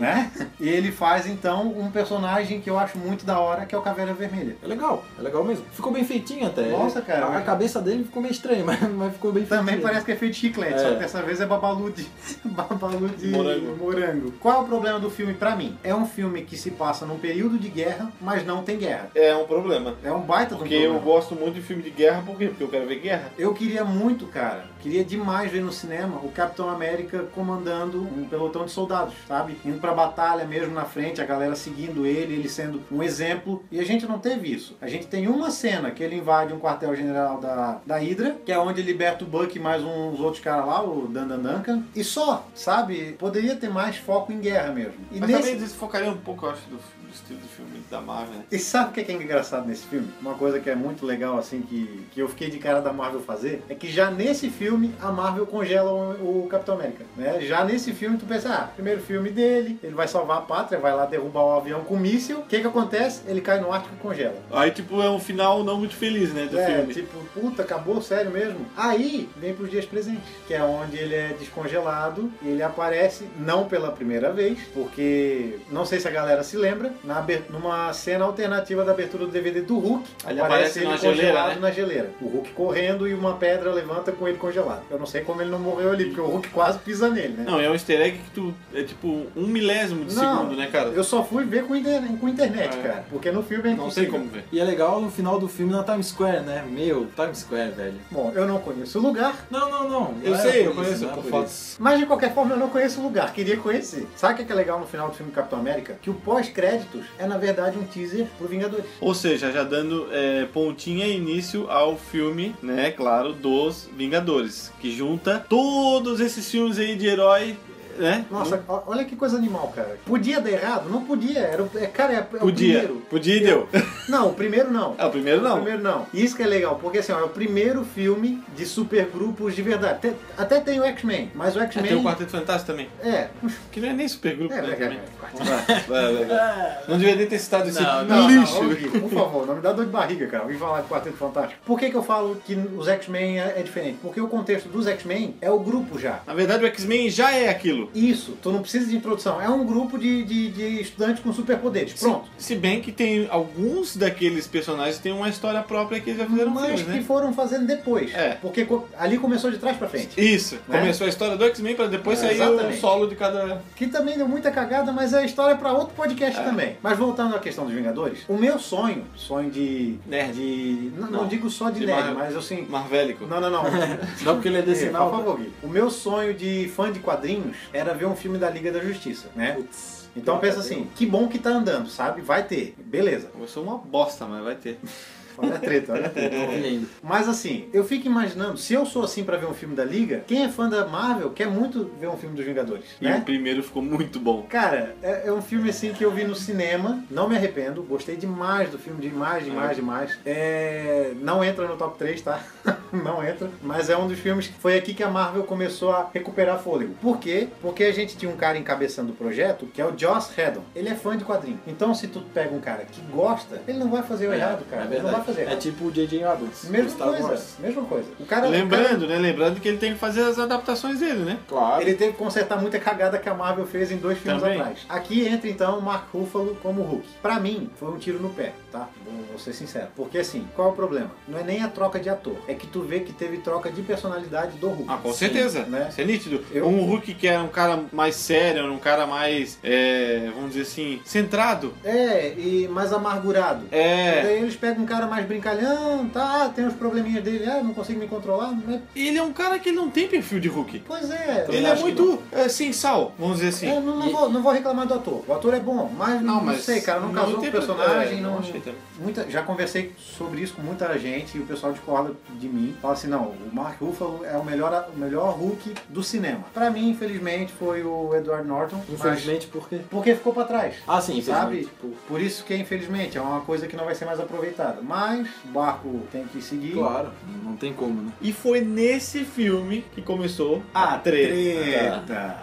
S1: né? E ele faz então um personagem que eu acho muito da hora, que é o Caveira Vermelha.
S2: É legal, é legal mesmo. Ficou bem feitinho até.
S1: Nossa, cara,
S2: A, a
S1: mas-
S2: cabeça dele ficou meio estranha, mas, mas ficou bem
S1: Também
S2: feitinho.
S1: parece que é feito de chiclete,
S2: É.
S1: só que dessa vez é babalu de, babalu de
S3: Morango.
S1: morango. Qual é o problema do filme pra mim? É um filme que se passa num período de guerra, mas não tem guerra.
S3: É um problema.
S1: É um baita do
S3: Porque eu gosto muito de filme de guerra, por quê? Porque eu quero ver guerra.
S1: Eu queria muito, cara, queria demais ver no cinema o Capitão América comandando um pelotão de soldados, sabe? Indo pra batalha mesmo na frente, a galera seguindo ele, ele sendo um exemplo. E a gente não teve isso. A gente tem uma cena que ele invade um quartel-general da, da Hydra, que é onde ele liberta o Buck e mais uns outros caras lá, o Dandan Duncan. E só, sabe? Poderia ter mais foco em guerra mesmo. E
S3: Mas
S1: nesse-
S3: também desfocaria um pouco, eu acho, do, do estilo de filme da Marvel. né?
S1: e sabe o que é que é engraçado nesse filme? Uma coisa que é muito legal, assim, que, que eu fiquei de cara da Marvel fazer, é que já nesse filme a Marvel congela o, o Capitão América, né? Já nesse filme tu pensa, ah, primeiro filme dele, ele vai salvar a pátria, vai lá derrubar o avião com um míssil. O que que acontece? Ele cai no Ártico e congela.
S3: Aí, tipo, é um final não muito feliz, né, do
S1: É,
S3: filme.
S1: tipo, puta, acabou, sério mesmo? Aí, vem pros dias presentes, que é onde ele é descongelado e ele aparece, não pela primeira vez, porque, não sei se a galera se lembra, na aber- numa cena alternativa da abertura do DVD do Hulk,
S3: Ele aparece na geleira,
S1: congelado
S3: né?
S1: na geleira. O Hulk correndo e uma pedra levanta com ele congelado. Eu não sei como ele não morreu ali, porque o Hulk quase pisa nele, né?
S3: Não, é um easter egg que tu... É tipo um milésimo de
S1: Não,
S3: segundo, né, cara?
S1: Eu só fui ver com, inter... com internet,
S3: É.
S1: cara, porque no filme é
S3: não sei
S1: impossível.
S3: como ver.
S2: E é legal no final do filme na Times Square, né? Meu, Times Square, velho.
S1: Bom, eu não conheço o lugar,
S2: Não, não, não. não
S3: Eu
S2: é
S3: sei,
S2: por
S3: eu
S2: isso,
S3: conheço
S2: não é
S3: por
S2: por isso.
S3: fotos.
S1: Mas de qualquer forma eu não conheço o lugar, queria conhecer. Sabe o que é que é legal no final do filme Capitão América? Que o pós-créditos é na verdade um teaser pro Vingadores.
S3: Ou seja, já dando é, pontinha e início ao filme, né, claro, dos Vingadores, que junta todos esses filmes aí de herói, né?
S1: Nossa, ó- olha que coisa animal, cara. Podia dar errado? Não podia. Era o, é, cara, é, é o
S3: Podia,
S1: primeiro.
S3: podia e deu.
S1: Não, o primeiro não.
S3: É, o primeiro não.
S1: O primeiro não. E isso que é legal, porque assim, ó, é o primeiro filme de supergrupos de verdade. Tem- até tem o X-Men, mas o
S3: É, tem o
S1: X-Men.
S3: Quarteto Fantástico também,
S1: É,
S3: que não é nem supergrupo,
S1: é,
S3: né,
S1: é,
S3: também.
S1: é,
S3: Vai, vai, vai. Não devia nem ter citado esse
S2: Não,
S1: Não,
S3: Ah, lixo.
S1: não, ouvi, por favor, não me dá dor de barriga, cara. Vim falar de Quarteto Fantástico. Por que, que eu falo que os X-Men é, é diferente? Porque o contexto dos X-Men é o grupo já.
S3: Na verdade, o X-Men já é aquilo.
S1: Isso, tu não precisa de introdução. É um grupo de, de, de estudantes com superpoderes. Pronto.
S3: Se bem que tem alguns daqueles personagens que têm uma história própria que eles já fizeram
S1: Mas
S3: filmes,
S1: que
S3: né?
S1: foram fazendo depois.
S3: É.
S1: Porque co- ali começou de trás pra frente.
S3: Isso,
S1: Né?
S3: começou a história do X-Men pra depois
S1: É,
S3: sair o
S1: exatamente.
S3: solo de cada.
S1: Que também deu muita cagada, mas é história pra outro podcast também. Mas voltando à questão dos Vingadores, o meu sonho, sonho de.
S3: Nerd.
S1: de- não, não
S3: Não.
S1: digo só de,
S3: De
S1: nerd,
S3: Marvel.
S1: mas assim.
S3: Marvélico.
S1: Não, não, não.
S2: Não porque ele é desse
S1: Por
S3: um
S2: mal.
S1: favor, Gui. O meu sonho de fã de quadrinhos era ver um filme da Liga da Justiça, né?
S2: Putz.
S1: Então pensa assim, que bom que tá andando, sabe? Vai ter. Beleza.
S3: Começou uma bosta, mas vai ter.
S1: Olha a treta, olha a treta.
S2: Não vi ainda.
S1: Mas assim, eu fico imaginando, se eu sou assim pra ver um filme da Liga, quem é fã da Marvel quer muito ver um filme dos Vingadores,
S3: E o
S1: né?
S3: primeiro ficou muito bom.
S1: Cara, é, é um filme assim que eu vi no cinema, não me arrependo, gostei demais do filme, demais, demais, demais. É, não entra no top 3, tá? não entra, mas é um dos filmes que foi aqui que a Marvel começou a recuperar fôlego. Por quê? Porque a gente tinha um cara encabeçando o projeto, que é o Joss Whedon. Ele é fã de quadrinho. Então se tu pega um cara que gosta, ele não vai fazer o
S2: É,
S1: errado, cara. ele
S2: é
S1: não
S2: verdade.
S1: vai fazer.
S2: É tipo o J.J. Abrams.
S1: mesma
S2: Star
S1: coisa,
S2: Wars.
S1: mesma coisa. O cara, é um o cara-
S3: Lembrando, né? Lembrando que ele tem que fazer as adaptações dele, né?
S2: Claro.
S1: ele teve que consertar muita cagada que a Marvel fez em dois filmes
S3: Também.
S1: atrás. Aqui entra então o Mark Ruffalo como Hulk. Pra mim, foi um tiro no pé, tá? Vou, vou ser sincero. Porque assim, qual é o problema? Não é nem a troca de ator, é que tu vê que teve troca de personalidade do Hulk.
S3: Ah, com
S1: Sim,
S3: certeza.
S1: né?
S3: Isso é nítido.
S1: Eu-
S3: Um Hulk que era um cara mais sério, era um cara mais, é, vamos dizer assim, centrado.
S1: É, e mais amargurado.
S3: É.
S1: Daí eles pegam um cara mais brincalhão, tá, tem uns probleminhas dele, ah, não consigo me controlar, né?
S3: Ele é um cara que ele não tem perfil de Hulk.
S1: Pois é.
S2: Também
S3: Ele é
S2: acho que
S3: muito é, sem sal, vamos dizer assim.
S1: É, não, não vou, não vou reclamar do ator. O ator é bom, mas não, sei, cara, não, casou com o
S3: tem-
S1: personagem.
S3: é,
S1: não,
S3: achei também.
S1: muita, já conversei sobre isso com muita gente e o pessoal discorda de mim. Fala assim, não, o Mark Ruffalo é o melhor, o melhor Hulk do cinema. Pra mim, infelizmente, foi o Edward Norton. mas-
S2: Infelizmente, por quê?
S1: porque ficou pra trás.
S2: Ah, sim,
S1: Sabe?
S2: infelizmente. Por-
S1: Por isso que, infelizmente, é uma coisa que não vai ser mais aproveitada. Mas o barco tem que seguir.
S2: Claro, não tem como, né?
S3: E foi nesse filme que começou
S1: A
S3: a treta
S1: treta.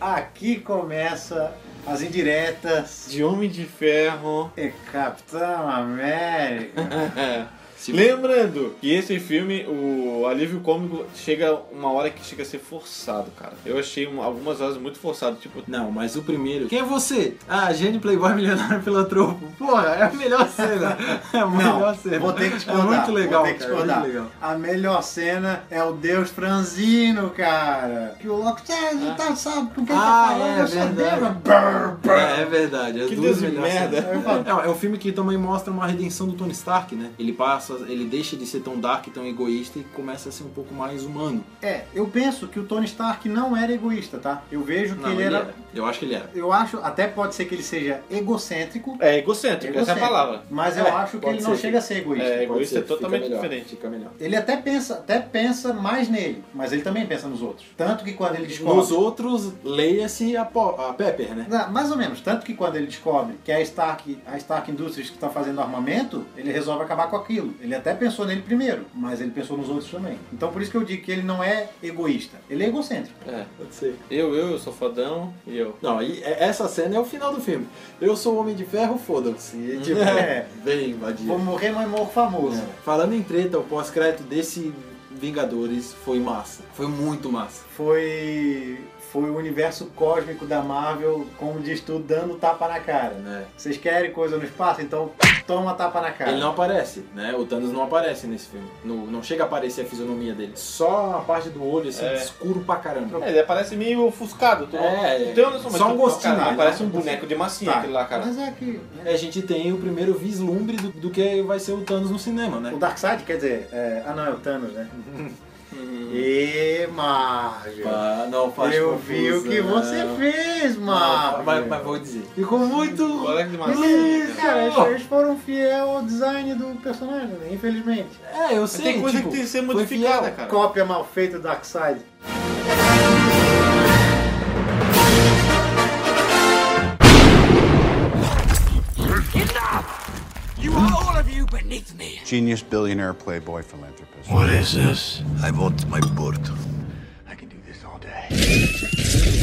S1: Aqui começa as indiretas
S3: de Homem de Ferro.
S1: de Capitão América.
S2: Se-
S3: Lembrando que esse filme, o alívio cômico chega uma hora que chega a ser forçado, cara. Eu achei um- algumas horas muito forçado, tipo,
S2: Não, mas o primeiro. Quem é você? Ah, gênio Playboy Milionário Filantropo. Porra, é a melhor cena. É a melhor cena.
S1: vou ter que te
S2: É muito legal,
S1: vou ter que
S2: cara,
S1: discordar.
S2: muito legal.
S1: A melhor cena é o Deus Franzino, cara. Que o Loki, você não tá, sabe com quem
S2: Ah,
S1: tá falando,
S2: é
S1: eu sou
S2: verdade.
S1: Deus. Brrr, brrr.
S2: É, é verdade. As
S3: Que
S2: duas
S3: Deus de
S2: melhores
S3: merda.
S2: cenas. É, é um filme que também mostra uma redenção do Tony Stark, né? Ele passa, ele deixa de ser tão dark, tão egoísta e começa a ser um pouco mais humano.
S1: É, eu penso que o Tony Stark não era egoísta, tá? Eu vejo que
S2: Não,
S1: ele
S2: ele é.
S1: era...
S2: era. Eu acho que ele era.
S1: Eu acho, até pode ser que ele seja egocêntrico.
S3: é
S2: tipo,
S3: egocêntrico, essa é a
S1: egocêntrico,
S3: palavra.
S1: Mas eu
S2: É,
S1: acho que
S2: pode
S1: ele não
S2: ser.
S1: chega a ser egoísta.
S3: É, egoísta é
S2: Pode ser,
S3: totalmente
S2: fica melhor,
S3: diferente.
S2: Fica melhor.
S1: Ele até pensa, até pensa mais nele, mas ele também pensa nos outros. Tanto que quando ele descobre.
S2: Nos outros, leia-se a, Po- a Pepper, né?
S1: Não, mais ou menos, tanto que quando ele descobre que é a Stark, a Stark Industries que está fazendo armamento, ele resolve acabar com aquilo. Ele até pensou nele primeiro, mas ele pensou nos outros também. Então por isso que eu digo que ele não é egoísta, ele é egocêntrico.
S3: É.
S2: Pode ser.
S3: Eu, eu, eu sou fodão e eu.
S2: Não, e é- essa cena é o final do filme. Eu sou o Homem de Ferro, foda-se. E, Tipo,
S1: É.
S2: vem invadir. É.
S1: Vou morrer, mas morro famoso.
S2: Falando em treta, o pós-crédito desse Vingadores foi massa. Foi muito massa.
S1: Foi. Foi o universo cósmico da Marvel, como diz tu, dando tapa na cara.
S2: Né?
S1: Vocês querem coisa no espaço? Então toma tapa na cara.
S2: Ele não aparece, né? O Thanos não aparece nesse filme. Não, não chega a aparecer a fisionomia dele. Só a parte do olho, assim,
S3: É.
S2: escuro pra caramba.
S3: É, ele parece meio ofuscado. Tu,
S2: É,
S3: tu tem uma noção, mas
S2: só um
S3: tu-
S2: gostinho,
S3: Cara,
S2: né?
S3: parece um boneco de massinha
S1: Tá.
S3: aquele lá, cara.
S1: Mas é que. né?
S2: E A gente tem o primeiro vislumbre do, do que vai ser o Thanos no cinema, né?
S1: O Darkseid, quer dizer. é, Ah, não, é o Thanos, né? e Marvel.
S2: Ah, não, faz
S1: Eu
S2: confusão.
S1: vi o que você fez,
S2: Não,
S1: Marvel.
S2: mas, mas vou dizer. Ficou muito.
S3: Boneco de massinha.
S1: Eles,
S3: cara.
S1: cara, eles- eles foram fiel ao design do personagem, né? infelizmente. É
S2: É, eu sei.
S3: tem coisa
S2: tipo,
S3: que tem que ser
S2: foi
S3: modificada,
S2: fiel.
S3: cara.
S1: Cópia mal feita do Darkseid.
S4: Enough! You are all of you beneath me.
S5: Genius, billionaire, playboy, philanthropist.
S6: What is this? I want my bird. I can do this all day.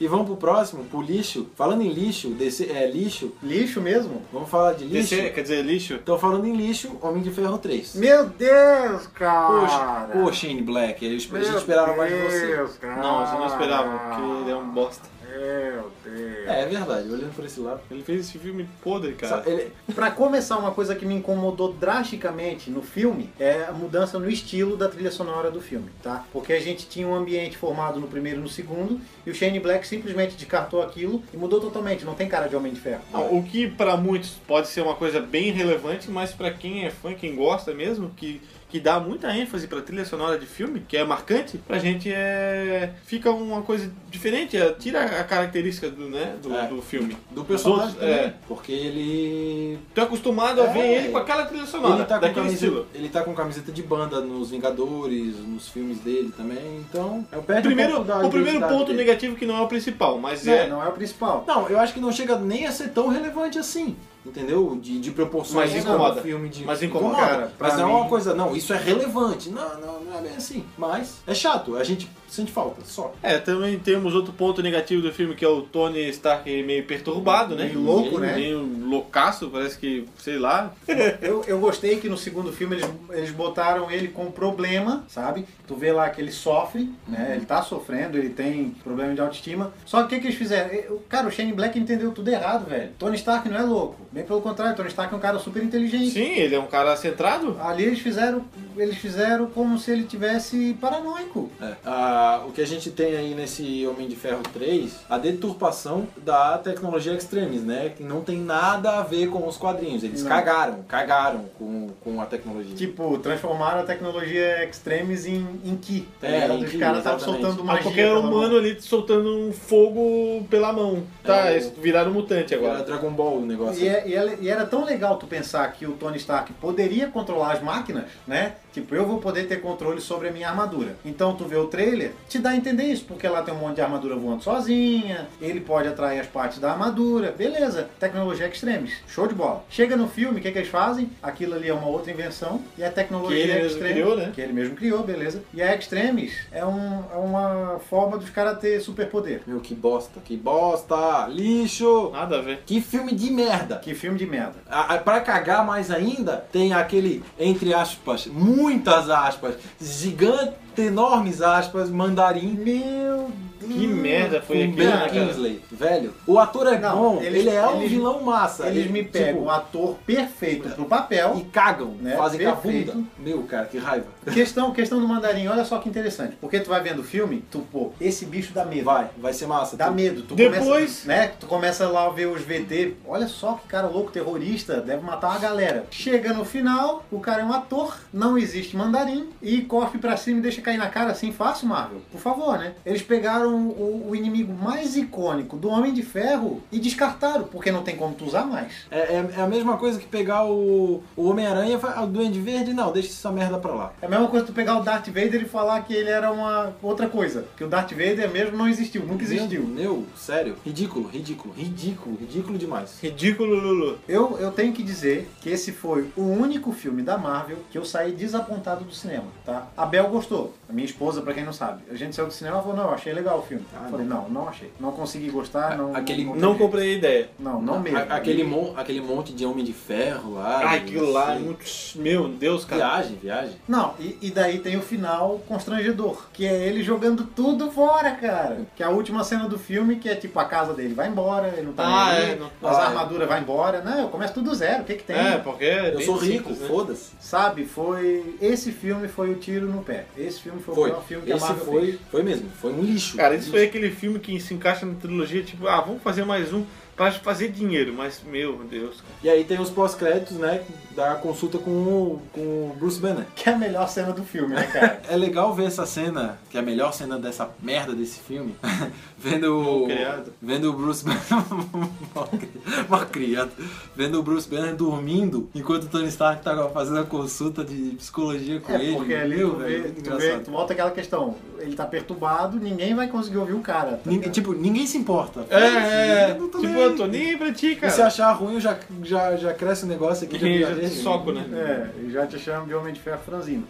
S2: E vamos pro próximo, pro lixo. Falando em lixo, DC, é lixo.
S1: Lixo mesmo?
S2: Vamos falar de lixo.
S3: Descer, é, quer dizer, lixo.
S2: Então falando em lixo, Homem de Ferro 3.
S1: Meu Deus, cara!
S2: Poxa, Ô, Shane Black, eu espe- a gente
S1: Meu
S2: esperava mais de você.
S1: Deus, cara.
S3: Não, vocês não esperavam, porque ele é um bosta.
S1: Meu Deus.
S2: É, é verdade, olhando por esse lado.
S3: Ele fez esse filme podre, cara.
S2: Sa- Ele,
S1: Pra começar, uma coisa que me incomodou drasticamente no filme é a mudança no estilo da trilha sonora do filme, tá? Porque a gente tinha um ambiente formado no primeiro e no segundo, e o Shane Black simplesmente descartou aquilo e mudou totalmente, não tem cara de Homem de Ferro.
S3: Não, o que pra muitos pode ser uma coisa bem relevante, mas pra quem é fã, quem gosta mesmo, que, que dá muita ênfase pra trilha sonora de filme, que é marcante, pra gente é fica uma coisa diferente, é, tira a característica do, né, do,
S2: É.
S3: do filme.
S2: do personagem
S3: Os outros,
S2: também.
S3: é.
S2: Porque ele.
S3: Tu é acostumado a
S2: É.
S3: ver ele com aquela trilha sonora,
S2: Ele tá, com
S3: daquele
S2: camiseta,
S3: estilo.
S2: ele tá com camiseta de banda nos Vingadores, nos filmes dele também, então. Eu
S3: O
S2: perde um
S3: primeiro,
S2: pouco da
S3: o primeiro
S2: identidade
S3: ponto
S2: dele.
S3: negativo que não é o principal, mas
S1: Não,
S3: é.
S1: não é o principal.
S2: Não, eu acho que não chega nem a ser tão relevante assim. Entendeu? De, de proporções
S3: Mas
S2: de
S3: incomoda.
S2: um filme de.
S3: Mas incomoda.
S1: Cara, pra
S2: mas não é
S1: mim-
S2: uma coisa, não, isso é relevante. Não, não, não é bem assim. Mas é chato. A gente sente falta, só.
S3: É, também temos outro ponto negativo do filme que é o Tony Stark meio perturbado, né?
S1: Meio louco, né?
S3: Meio loucaço, parece que, sei lá.
S1: Eu, eu gostei que no segundo filme eles, eles botaram ele com problema, sabe? Tu vê lá que ele sofre,
S3: Uhum.
S1: né? Ele tá sofrendo, ele tem problema de autoestima. Só que o que, que eles fizeram? Eu- Cara, o Shane Black entendeu tudo errado, velho. Tony Stark não é louco. Bem pelo contrário, Tony Stark é um cara super inteligente.
S3: Sim, ele é um cara centrado.
S1: Ali eles fizeram, eles fizeram como se ele tivesse paranoico.
S2: É. Ah, o que a gente tem aí nesse Homem de Ferro 3, a deturpação da tecnologia extremis, né? Que não tem nada a ver com os quadrinhos. Eles
S1: Não.
S2: cagaram, cagaram com, com a tecnologia.
S1: Tipo, transformaram a tecnologia Extremes em, em Ki. Tá
S2: É,
S1: ligado?
S2: em
S1: Os
S2: Ki,
S1: caras estavam
S2: exatamente.
S1: soltando
S3: A
S1: magia.
S3: qualquer
S1: pela
S3: humano
S1: mão.
S3: ali soltando um fogo pela mão. Tá,
S2: É,
S3: eles viraram mutante
S2: Agora
S3: agora.
S2: Dragon Ball o negócio.
S1: E, é- e ela- e era tão legal tu pensar que o Tony Stark poderia controlar as máquinas, né? Tipo, eu vou poder ter controle sobre a minha armadura. Então tu vê o trailer, te dá a entender isso, porque lá tem um monte de armadura voando sozinha, ele pode atrair as partes da armadura, beleza. Tecnologia extremes, show de bola. Chega no filme, o que, que eles fazem? Aquilo ali é uma outra invenção e a tecnologia
S3: Que ele mesmo
S1: extreme
S3: criou, né?
S1: que ele mesmo criou, beleza. E a extremes é, um- é uma forma dos caras ter superpoder.
S2: Meu, que bosta, que bosta, lixo.
S3: Nada a ver.
S2: Que filme de merda.
S1: Que filme de merda.
S2: A- a- Pra cagar mais ainda, tem aquele, entre aspas, muitas aspas, gigante, enormes aspas, mandarim.
S1: Meu Deus.
S3: Que merda foi
S2: com
S3: aquilo,
S2: Um Ben
S3: né, cara?
S2: Kingsley. Velho, o ator é
S1: Não,
S2: bom,
S1: eles-
S2: ele é um
S1: eles-
S2: vilão massa.
S1: Eles
S2: Ele,
S1: me
S2: tipo,
S1: pegam um ator perfeito pro papel.
S2: e cagam,
S1: Né?
S2: fazem
S1: Perfeito.
S2: com a bunda. Meu, cara, que raiva.
S1: Questão, questão do mandarim, olha só que interessante. Porque tu vai vendo o filme, tu, pô, esse bicho dá medo.
S2: Vai, vai ser massa.
S1: Dá
S2: Tu-
S1: medo. Tu
S3: Depois-
S1: Começa, né? Tu começa lá a ver os VT. Olha só que cara louco, terrorista, deve matar uma galera. Chega no final, o cara é um ator, não existe mandarim, e corre pra cima e deixa cair na cara assim fácil, Marvel. Por favor, né? Eles pegaram o, o inimigo mais icônico do Homem de Ferro e descartaram, porque não tem como tu usar mais.
S2: É, é- é a mesma coisa que pegar o, o Homem-Aranha e falar, "Ah, o Duende Verde, não, deixa essa merda pra lá.
S1: É a mesma coisa tu pegar o Darth Vader e falar que ele era uma outra coisa. Que o Darth Vader mesmo não existiu, nunca existiu.
S2: Meu, meu, sério, ridículo, ridículo, ridículo, ridículo demais.
S3: Ridículo, Lulu.
S1: Eu, eu tenho que dizer que esse foi o único filme da Marvel que eu saí desapontado do cinema, tá? A Bel gostou. A minha esposa, pra quem não sabe. A gente saiu do cinema e falou, não, eu achei legal o filme.
S2: Ah,
S1: eu falei, não, não achei. Não consegui gostar, não...
S2: aquele-
S1: não,
S3: Não comprei a ideia.
S1: não, não mesmo.
S2: A- aquele, mon- aquele monte de Homem de Ferro lá.
S3: Ai,
S2: de-
S3: aquilo lá é
S2: sei.
S3: muito. Meu Deus, cara.
S2: Viagem, viagem.
S1: Não, e, e daí tem o final constrangedor, que é ele jogando tudo fora, cara. Que é a última cena do filme, que é tipo a casa dele vai embora, ele não tá
S3: Ah,
S1: nem aí,
S3: é, não-
S1: as
S2: ah, é.
S1: armaduras vai embora. Não, eu começo tudo zero, o que que tem?
S3: É, né? porque.
S2: Eu sou rico, foda-se.
S1: Sabe, foi... Esse filme foi o tiro no pé. Esse filme foi, o
S2: Foi.
S1: melhor um filme que a
S2: Esse
S1: Marvel
S2: foi,
S1: fez.
S2: foi mesmo, foi um lixo.
S3: Cara, isso foi aquele filme que se encaixa na trilogia, tipo, ah, vamos fazer mais um pra fazer dinheiro, mas meu Deus, cara.
S2: E aí tem os pós-créditos, né? Da consulta com o, com o Bruce Banner.
S1: Que é a melhor cena do filme, né, cara?
S2: É legal ver essa cena, que é a melhor cena dessa merda desse filme. vendo o.
S3: criado.
S2: Vendo o Bruce Banner. Mal cri- Mal criado. Vendo o Bruce Banner dormindo enquanto o Tony Stark tá fazendo a consulta de psicologia com
S1: É,
S2: ele.
S1: porque ali
S2: Meu,
S1: tu, vê,
S2: muito
S1: tu, vê,
S2: engraçado.
S1: tu volta aquela questão. Ele tá perturbado, ninguém vai conseguir ouvir o cara. tá
S2: Ninguém-
S1: ligado?
S2: tipo, ninguém se importa.
S3: É, é,
S2: Eu não tô
S3: tipo,
S2: nem
S3: eu
S2: aí.
S3: tô nem aí pra ti,
S2: E
S3: cara.
S2: se achar ruim, eu já, já, já cresce o negócio aqui.
S3: E já
S2: viajei.
S3: te soco, né?
S1: É, e já te chamo de Homem de Ferro franzino.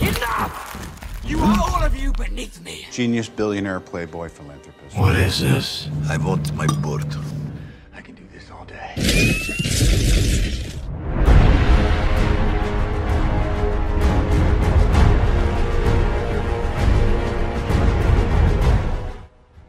S4: Enough! You are all of you beneath me.
S5: Genius, billionaire, playboy, philanthropist.
S6: What is this? I want my bird. I can do this all day.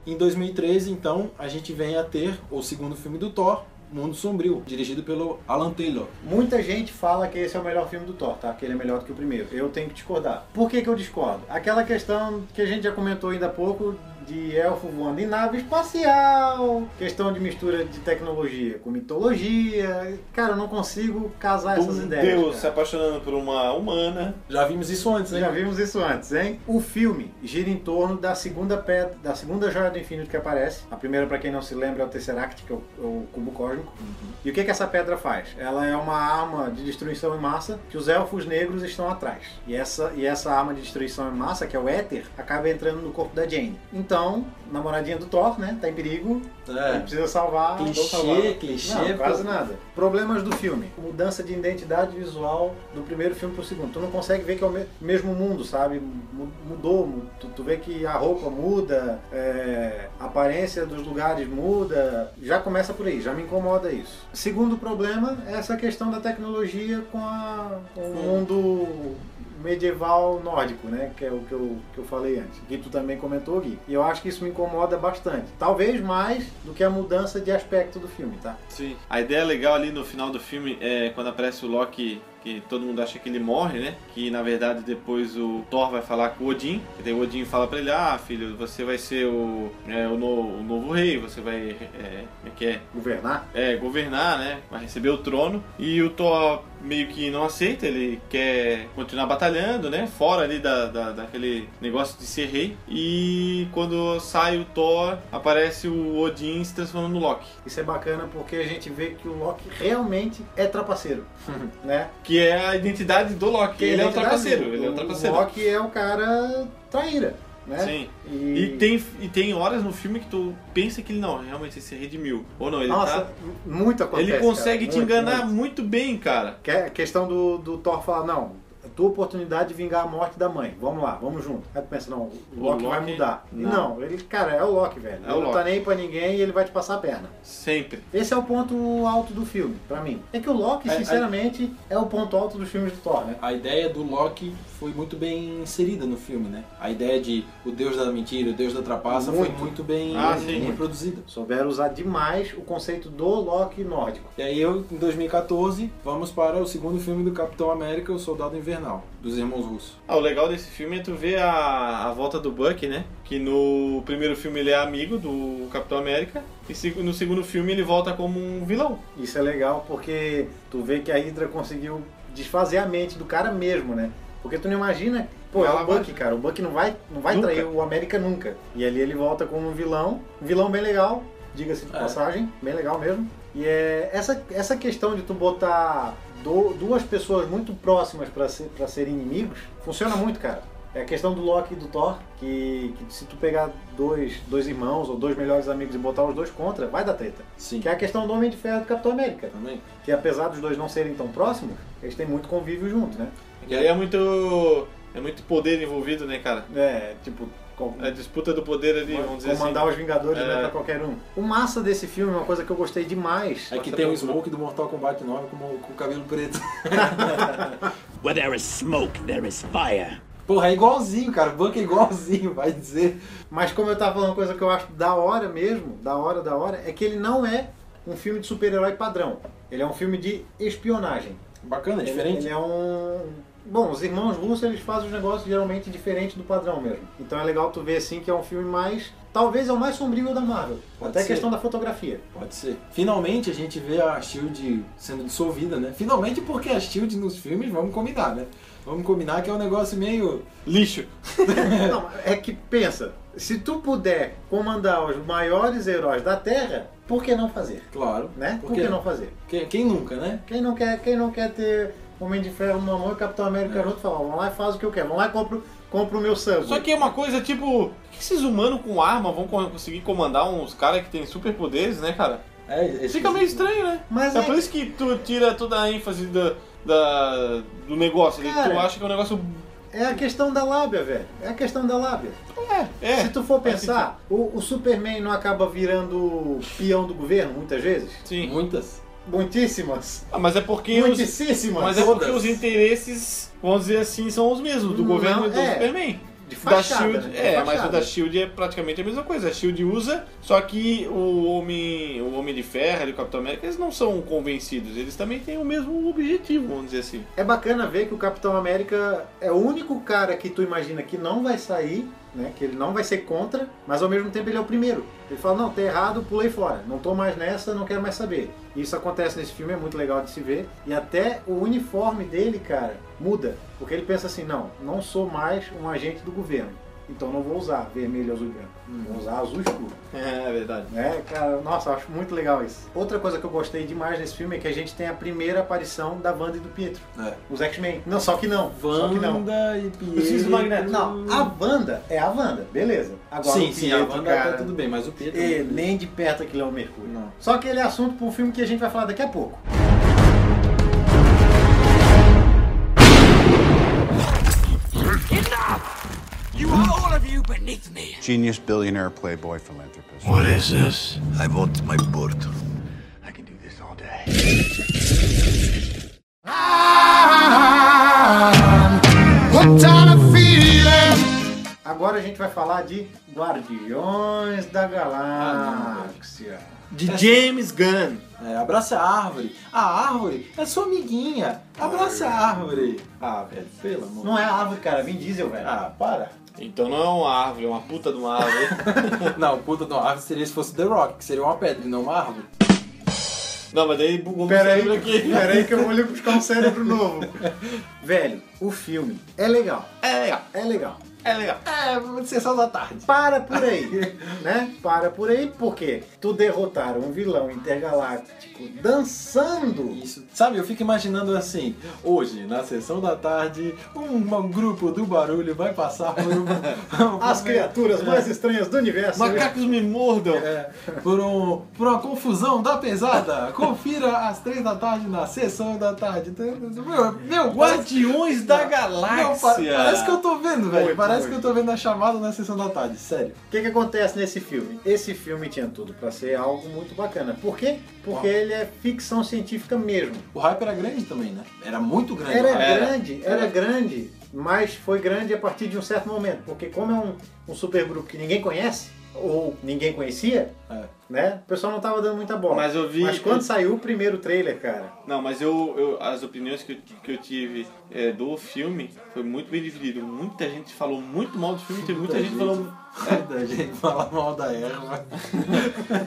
S2: Em 2013, então, a gente vem a ter o segundo filme do Thor, Mundo Sombrio, dirigido pelo Alan Taylor.
S1: Muita gente fala que esse é o melhor filme do Thor, tá? Que ele é melhor do que o primeiro. Eu tenho que discordar. Por que, que eu discordo? Aquela questão que a gente já comentou ainda há pouco de elfo voando em nave espacial, questão de mistura de tecnologia com mitologia. Cara, eu não consigo casar essas
S3: Um
S1: ideias.
S3: Deus
S1: cara.
S3: se apaixonando por uma humana.
S2: Já vimos isso antes, né?
S1: Já vimos isso antes, hein? O filme gira em torno da segunda pedra, da segunda joia do infinito que aparece. A primeira, pra quem não se lembra, é o Tesseract, que é o, é o cubo cósmico.
S2: Uhum.
S1: E o que, que essa pedra faz? Ela é uma arma de destruição em massa que os elfos negros estão atrás. E essa, e essa arma de destruição em massa, que é o éter, acaba entrando no corpo da Jane. Então, então, namoradinha do Thor, né? Tá em perigo.
S2: É.
S1: Ele precisa salvar. vou
S2: Clichê,
S1: salvar.
S2: clichê,
S1: Não, quase
S2: pô.
S1: nada. Problemas do filme. Mudança de identidade visual do primeiro filme pro segundo. Tu não consegue ver que é o me- mesmo mundo, sabe? Mu- Mudou. mu- Tu, tu vê que a roupa muda, é, a aparência dos lugares muda. Já começa por aí, já me incomoda isso. Segundo problema é essa questão da tecnologia com, a, com o mundo medieval nórdico, né? Que é o que eu, que eu falei antes. Que tu também comentou, Gui. E eu acho que isso me incomoda bastante. Talvez mais do que a mudança de aspecto do filme, tá?
S3: Sim. A ideia legal ali no final do filme é quando aparece o Loki, que todo mundo acha que ele morre, né? Que na verdade depois o Thor vai falar com o Odin. E daí o Odin fala pra ele: Ah, filho, você vai ser o, é, o, no- o novo rei, você vai. É, como é que é?
S1: Governar.
S3: é, governar, né? Vai receber o trono. E o Thor meio que não aceita, ele quer continuar batalhando, né? Fora ali da, da- daquele negócio de ser rei. E quando sai o Thor, aparece o Odin se transformando no Loki.
S1: Isso é bacana porque a gente vê que o Loki realmente é trapaceiro, né?
S3: Que é a identidade do Loki. ele é um
S1: verdade,
S3: trapaceiro, ele é um trapaceiro.
S1: O Loki é o cara traíra, né?
S3: Sim. E tem, e tem horas no filme que tu pensa que ele não, realmente esse redimiu. Ou não, ele
S1: Nossa,
S3: tá.
S1: m- muito acontece,
S3: Ele consegue
S1: cara.
S3: te
S1: Muito,
S3: enganar
S1: muito.
S3: muito bem, cara.
S1: Que é a questão do, do Thor falar, não, a tua oportunidade de vingar a morte da mãe, vamos lá, vamos junto. Aí tu pensa, não, o Loki,
S3: O
S1: vai
S3: Loki-
S1: mudar. E Não. ele, cara, é o Loki, velho.
S3: É
S1: ele
S3: o
S1: não
S3: Loki.
S1: tá nem aí pra ninguém e ele vai te passar a perna.
S3: Sempre.
S1: Esse é o ponto alto do filme, pra mim. É que o Loki,
S2: É, é-
S1: sinceramente, é o ponto alto dos filmes do Thor, né?
S2: A ideia do Loki foi muito bem inserida no filme, né? A ideia de o deus da mentira, o deus da trapaça foi
S1: Muito.
S2: muito bem
S3: Ah, sim.
S2: reproduzida.
S1: Souberam usar demais o conceito do Loki nórdico.
S2: E aí eu, em 2014, vamos para o segundo filme do Capitão América, o Soldado Invernal, dos irmãos russos.
S3: Ah, o legal desse filme é tu ver a, a volta do Buck, né? Que no primeiro filme ele é amigo do Capitão América e se- no segundo filme ele volta como um vilão.
S1: Isso é legal porque tu vê que a Hydra conseguiu desfazer a mente do cara mesmo, né? Porque tu não imagina, pô, é
S3: Ela
S1: o
S3: vai-
S1: Buck, cara. O Buck não vai, não vai
S3: Nunca.
S1: trair o América nunca. E ali ele volta como um vilão, um vilão bem legal, diga-se de
S2: É.
S1: passagem, bem legal mesmo. E é essa, essa questão de tu botar do- duas pessoas muito próximas pra ser, pra serem inimigos, funciona muito, cara. É a questão do Loki e do Thor, que, que se tu pegar dois, dois irmãos ou dois melhores amigos e botar os dois contra, vai dar treta.
S2: Sim.
S1: Que é a questão do Homem de Ferro e do Capitão América. né?
S2: Também.
S1: Que apesar dos dois não serem tão próximos, eles têm muito convívio junto, né?
S3: E aí é muito. é muito poder envolvido, né, cara?
S1: É, tipo, com-
S3: A disputa do poder ali, vamos dizer
S1: comandar
S3: assim.
S1: os Vingadores não é
S3: É.
S1: pra qualquer um. O massa desse filme, é uma coisa que eu gostei demais.
S2: É que tem o Smoke do Mortal Kombat 9 com, o- com o cabelo preto.
S4: Where there is smoke, there is fire.
S2: Porra, é igualzinho, cara. O Buck é igualzinho, vai dizer.
S1: Mas como eu tava falando, uma coisa que eu acho da hora mesmo, da hora, da hora, é que ele não é um filme de super-herói padrão. Ele é um filme de espionagem.
S2: Bacana,
S1: Ele-
S2: diferente.
S1: Ele é um. Bom, os irmãos russos eles fazem os negócios geralmente diferente do padrão mesmo. Então é legal tu ver assim que é um filme mais. Talvez é o mais sombrio da Marvel.
S2: Pode
S1: até a
S2: ser.
S1: questão da fotografia.
S2: Pode ser. Finalmente a gente vê a Shield sendo dissolvida, né? Finalmente porque a Shield nos filmes, vamos combinar, né? Vamos combinar que é um negócio meio.
S3: Lixo.
S1: Não, é que pensa, se tu puder comandar os maiores heróis da Terra, por que não fazer?
S2: Claro.
S1: Né? Por,
S2: Por
S1: que
S2: quê?
S1: não fazer?
S2: Quem, quem nunca, né?
S1: Quem não quer, quem não quer ter Homem de Ferro numa mão e Capitão
S3: É.
S1: América no outro, fala, vão lá e faz o que eu quero, vão lá e compro, compro o meu sangue.
S3: Só que é uma coisa tipo. Por que esses humanos com arma vão co- conseguir comandar uns caras que têm superpoderes, né, cara?
S2: É, é
S3: Fica meio estranho, né?
S1: Mas
S3: é
S1: é-
S3: por isso que tu tira toda a ênfase da, da- do negócio. ali.
S1: Cara.
S3: tu acha que é um negócio.
S1: É a questão da lábia, velho. É a questão da lábia.
S3: É, é.
S1: Se tu for
S3: Faz
S1: pensar, o, o Superman não acaba virando peão do governo, muitas vezes?
S3: Sim.
S2: Muitas.
S1: Muitíssimas.
S3: Ah, mas é porque os,
S1: Muitíssimas.
S3: Mas é porque
S2: Todas.
S3: os interesses, vamos dizer assim, são os mesmos, do
S1: Não,
S3: governo e do
S1: é.
S3: Superman.
S1: De
S3: Da
S1: fachada,
S3: Shield,
S1: né? De
S3: é, mas o
S1: fachada.
S3: da Shield é praticamente a mesma coisa. A Shield usa, só que o homem, o homem de ferro e o Capitão América, eles não são convencidos, eles também têm o mesmo objetivo, vamos dizer assim.
S1: É bacana ver que o Capitão América é o único cara que tu imagina que não vai sair, né? Que ele não vai ser contra, mas ao mesmo tempo ele é o primeiro. Ele fala, não, tá errado, pulei fora. Não tô mais nessa, não quero mais saber. E Isso acontece nesse filme, é muito legal de se ver. E até o uniforme dele, cara, muda. Porque ele pensa assim, não, não sou mais um agente do governo. Então não vou usar vermelho, azul e branco. "Hum, Vou usar azul escuro.
S3: É, é verdade.
S1: Né? Cara, nossa, eu acho muito legal isso. Outra coisa que eu gostei demais nesse filme é que a gente tem a primeira aparição da Wanda e do Pietro.
S2: É.
S1: Os X-Men. Não, só que não. só que não.
S2: Wanda e Pietro...
S3: Preciso do Magneto.
S1: Não, a Wanda é a Wanda, beleza. Agora
S2: sim,
S1: o
S2: sim, a
S1: Pietro,
S2: Wanda
S1: cara,
S2: tá tudo bem, mas o Pietro...
S1: e nem de perto aquilo é o Mercúrio.
S2: Não.
S1: Só que ele é assunto para um filme que a gente vai falar daqui a pouco.
S4: Enough! You are all of you beneath me.
S5: Genius, billionaire, playboy, philanthropist.
S6: What is this? I want my board. I can do this all day.
S3: Ah,
S1: Agora a gente vai falar de Guardiões da Galáxia.
S3: De James Gunn.
S2: É, abraça a árvore. A árvore é sua amiguinha. Abraça a árvore. Ah, velho, pelo amor...
S1: Não é árvore, cara, Vin Diesel, velho.
S2: Ah, para.
S3: Então não é uma árvore, é uma puta de uma árvore.
S2: Não, puta de uma árvore seria se fosse The Rock, que seria uma pedra e não uma árvore.
S3: não, mas daí bugou meu
S1: Pera aí,
S3: cérebro aqui.
S1: pera aí que eu vou lhe buscar um cérebro novo. Velho, o filme é legal. É legal. É legal.
S3: É legal.
S1: Ah,
S2: É, sessão da tarde.
S1: Para por aí, né? Para por aí, porque tu derrotar um vilão intergaláctico dançando.
S2: Isso. Sabe, eu fico imaginando assim, hoje, na sessão da tarde, um, um grupo do barulho vai passar por um...
S1: As criaturas mais estranhas do universo.
S3: Macacos me mordam.
S2: É, por, um, por uma confusão da pesada. Confira às três da tarde na sessão da tarde. Meu, meu
S3: Guardiões da
S2: Não, pa-
S3: Galáxia.
S2: parece que eu tô vendo, velho.
S1: Muito,
S2: Parece
S1: muito.
S2: que eu tô vendo a chamada na sessão da tarde, sério.
S1: O que, que acontece nesse filme? Esse filme tinha tudo pra ser algo muito bacana. Por quê? Porque ele é ficção científica mesmo.
S2: O hype era grande também, né? Era muito grande.
S1: Era,
S2: o hype.
S1: grande, era, grande, mas foi grande a partir de um certo momento. Porque como é um, um super grupo que ninguém conhece, ou ninguém conhecia,
S2: É.
S1: né? O pessoal não tava dando muita bola.
S3: Mas eu vi-
S1: Mas quando saiu o primeiro trailer, cara,
S3: Não, mas eu, eu- as opiniões que eu, que eu tive é, do filme foi muito bem dividido. Muita gente falou muito mal do filme, tem muita gente falou
S2: É, Da gente falar mal da erva.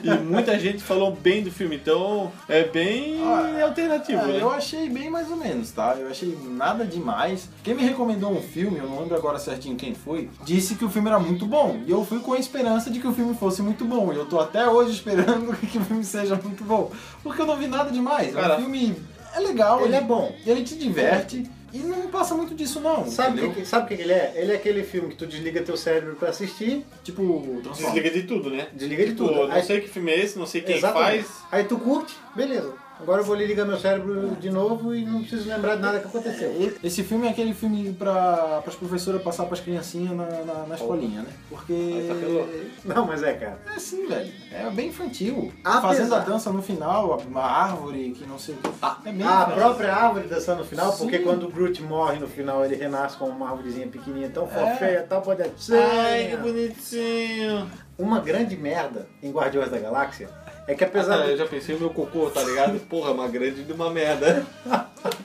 S3: e muita gente falou bem do filme. Então é bem
S2: Ah,
S3: alternativo,
S2: É,
S3: né?
S2: eu achei bem mais ou menos, tá? Eu achei nada demais. Quem me recomendou um filme, eu não lembro agora certinho quem foi, disse que o filme era muito bom. E eu fui com a esperança de que o filme fosse muito bom. E eu tô até hoje esperando que o filme seja muito bom. Porque eu não vi nada demais.
S3: Cara,
S2: o filme é legal,
S1: ele é bom.
S2: Ele te diverte. E não passa muito disso, não.
S1: Sabe o
S2: entendeu?
S1: que, que- sabe o que, que ele é? Ele é aquele filme que tu desliga teu cérebro pra assistir,
S2: Tipo, Transformers.
S3: Desliga de tudo, né?
S1: desliga de
S3: Tipo,
S1: tudo.
S3: eu não
S1: Aí-
S3: sei que filme é esse, não sei quem
S1: Exatamente.
S3: faz.
S1: Aí tu curte, beleza. Agora eu vou ali ligar meu cérebro de novo e não preciso lembrar de nada que aconteceu.
S2: Esse filme é aquele filme pra, pras professoras passar pras criancinhas na, na, na escolinha, né? Porque.
S3: Aí tá pelo-
S1: Não, mas é, cara.
S2: É assim, velho. É bem infantil.
S1: Apesar-
S2: Fazendo a dança no final, uma árvore que não sei o que. É bem
S1: A
S2: infantil.
S1: própria árvore dançando no final,
S2: Sim.
S1: porque quando o Groot morre no final, ele renasce com uma árvorezinha pequenininha tão
S2: É.
S1: fofinha, tão bonitinha.
S3: Ai, que bonitinho.
S1: Uma grande merda em Guardiões da Galáxia é que apesar
S3: Ah,
S1: do
S3: eu já pensei no meu cocô, tá ligado? Porra, uma grande de uma merda.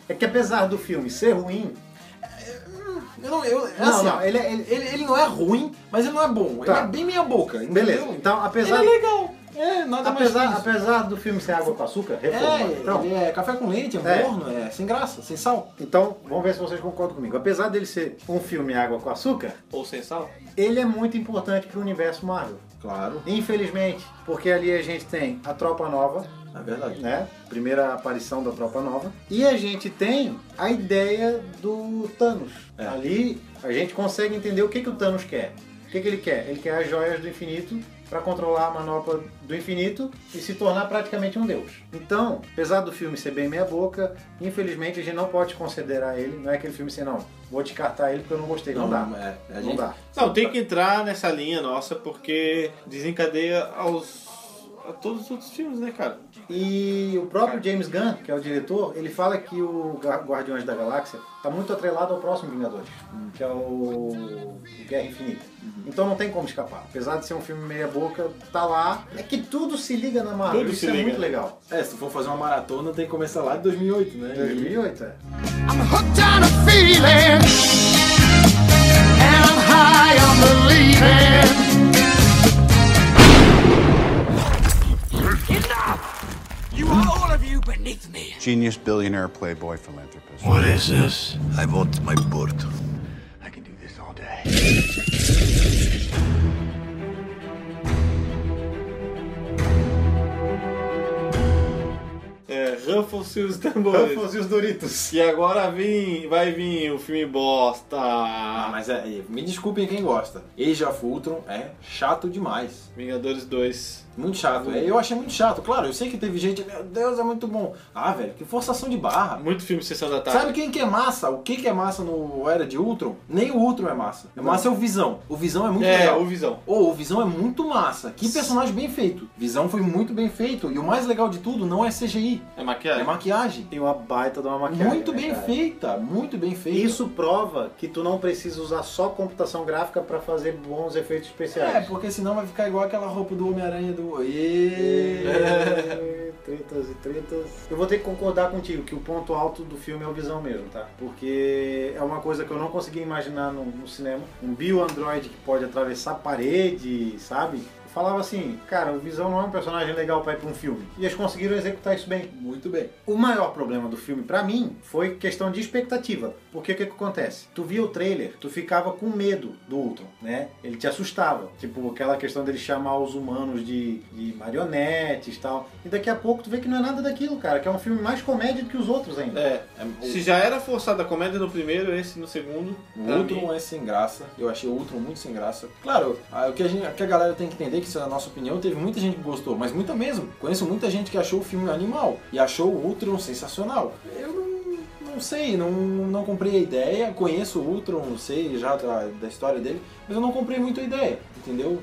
S1: É que apesar do filme ser ruim,
S2: Eu não, eu,
S1: Não,
S2: assim,
S1: não,
S2: ó,
S1: ele é- ele-
S2: ele, ele não é ruim, mas ele não é bom.
S1: Tá.
S2: Ele é bem meia boca. entendeu?
S1: beleza. Então, apesar,
S2: Ele é legal. É, nada
S1: apesar,
S2: mais. que isso.
S1: apesar do filme ser água com açúcar, reformado,
S2: É,
S1: então,
S2: ele é café com leite, é,
S1: É.
S2: morno, é sem graça, sem sal.
S1: então, vamos ver se vocês concordam comigo. Apesar dele ser um filme água com açúcar,
S3: Ou sem sal?
S1: ele é muito importante pro universo Marvel.
S2: Claro,
S1: Infelizmente, porque ali a gente tem a Tropa Nova,
S2: é verdade.
S1: né? Primeira aparição da Tropa Nova. E a gente tem a ideia do Thanos.
S2: É.
S1: Ali a gente consegue entender o que, que o Thanos quer. O que, que ele quer? Ele quer as joias do infinito para controlar a manopla do infinito e se tornar praticamente um deus. Então, apesar do filme ser bem meia-boca, infelizmente a gente não pode considerar ele. Não é aquele filme assim, não, vou descartar ele porque eu não gostei. Não, dá.
S2: É, a
S1: não
S2: gente-
S1: dá.
S3: Não, tem que entrar nessa linha nossa porque desencadeia aos a todos os outros filmes, né, cara?
S1: E o próprio James Gunn, que é o diretor, ele fala que o Ga- Guardiões da Galáxia está muito atrelado ao próximo Vingadores, que é o Guerra Infinita. Então não tem como escapar. Apesar de ser um filme meia boca, tá lá. É que tudo se liga na Marvel.
S3: Tudo
S1: Isso
S3: se
S1: é
S3: liga.
S1: muito legal.
S2: É, se tu for fazer uma maratona, tem que começar lá de 2008, né?
S1: 2008, é.
S4: I'm hooked on a feeling, and I'm high on believing. Enough! You are all of you beneath me.
S5: Genius, billionaire, playboy, philanthropist.
S6: What is this? I want my board. I can do this all day.
S3: É, Ruffles e os tambores.
S1: Ruffles e os Doritos.
S3: E agora vem, vai vir o filme bosta.
S2: Ah, mas é, é, me desculpem quem gosta. Age of Ultron é chato demais.
S3: Vingadores 2.
S2: Muito chato. É, eu achei muito chato. Claro, eu sei que teve gente. Meu Deus, é muito bom. Ah, velho, que forçação de barra.
S3: Muito filme Sessão da Tarde.
S2: Sabe quem que é massa? O que que é massa no Era de Ultron? Nem o Ultron é massa. É massa é o Visão. O Visão é muito
S3: É,
S2: legal.
S3: o Visão.
S2: Ô, o Visão é muito massa. Que personagem bem feito. Visão foi muito bem feito. E o mais legal de tudo não é CGI.
S3: É maquiagem?
S2: É maquiagem.
S1: Tem uma baita de uma maquiagem.
S2: muito
S1: né,
S2: bem
S1: cara?
S2: feita. Muito bem feita.
S1: Isso prova que tu não precisa usar só computação gráfica pra fazer bons efeitos especiais.
S2: É, porque senão vai ficar igual aquela roupa do Homem-Aranha do.
S1: É, Tretas e tretas. Eu vou ter que concordar contigo que o ponto alto do filme é o visão mesmo, tá? Porque é uma coisa que eu não conseguia imaginar no, no cinema. Um bio-android que pode atravessar parede, sabe? Eu Falava assim, cara, o Visão não é um personagem legal pra ir pra um filme. E eles conseguiram executar isso bem.
S2: Muito bem.
S1: O maior problema do filme, pra mim, foi questão de expectativa. Porque o que, que acontece? Tu via o trailer, tu ficava com medo do Ultron, né? Ele te assustava. Tipo, aquela questão dele chamar os humanos de, de marionetes e tal. E daqui a pouco tu vê que não é nada daquilo, cara. Que é um filme mais comédia do que os outros ainda.
S3: É. Se já era forçada a comédia no primeiro, esse no segundo.
S2: O
S3: pra
S2: Ultron
S3: mim-
S2: é sem graça. Eu achei o Ultron muito sem graça. Claro, a- o que a, gente, o que a galera tem que entender, que isso é a nossa opinião, teve muita gente que gostou, mas muita mesmo. Conheço muita gente que achou o filme animal e achou o Ultron sensacional. Eu não, não sei, não, não comprei a ideia. Conheço o Ultron, não sei já da, da história dele, mas eu não comprei muito a ideia, entendeu?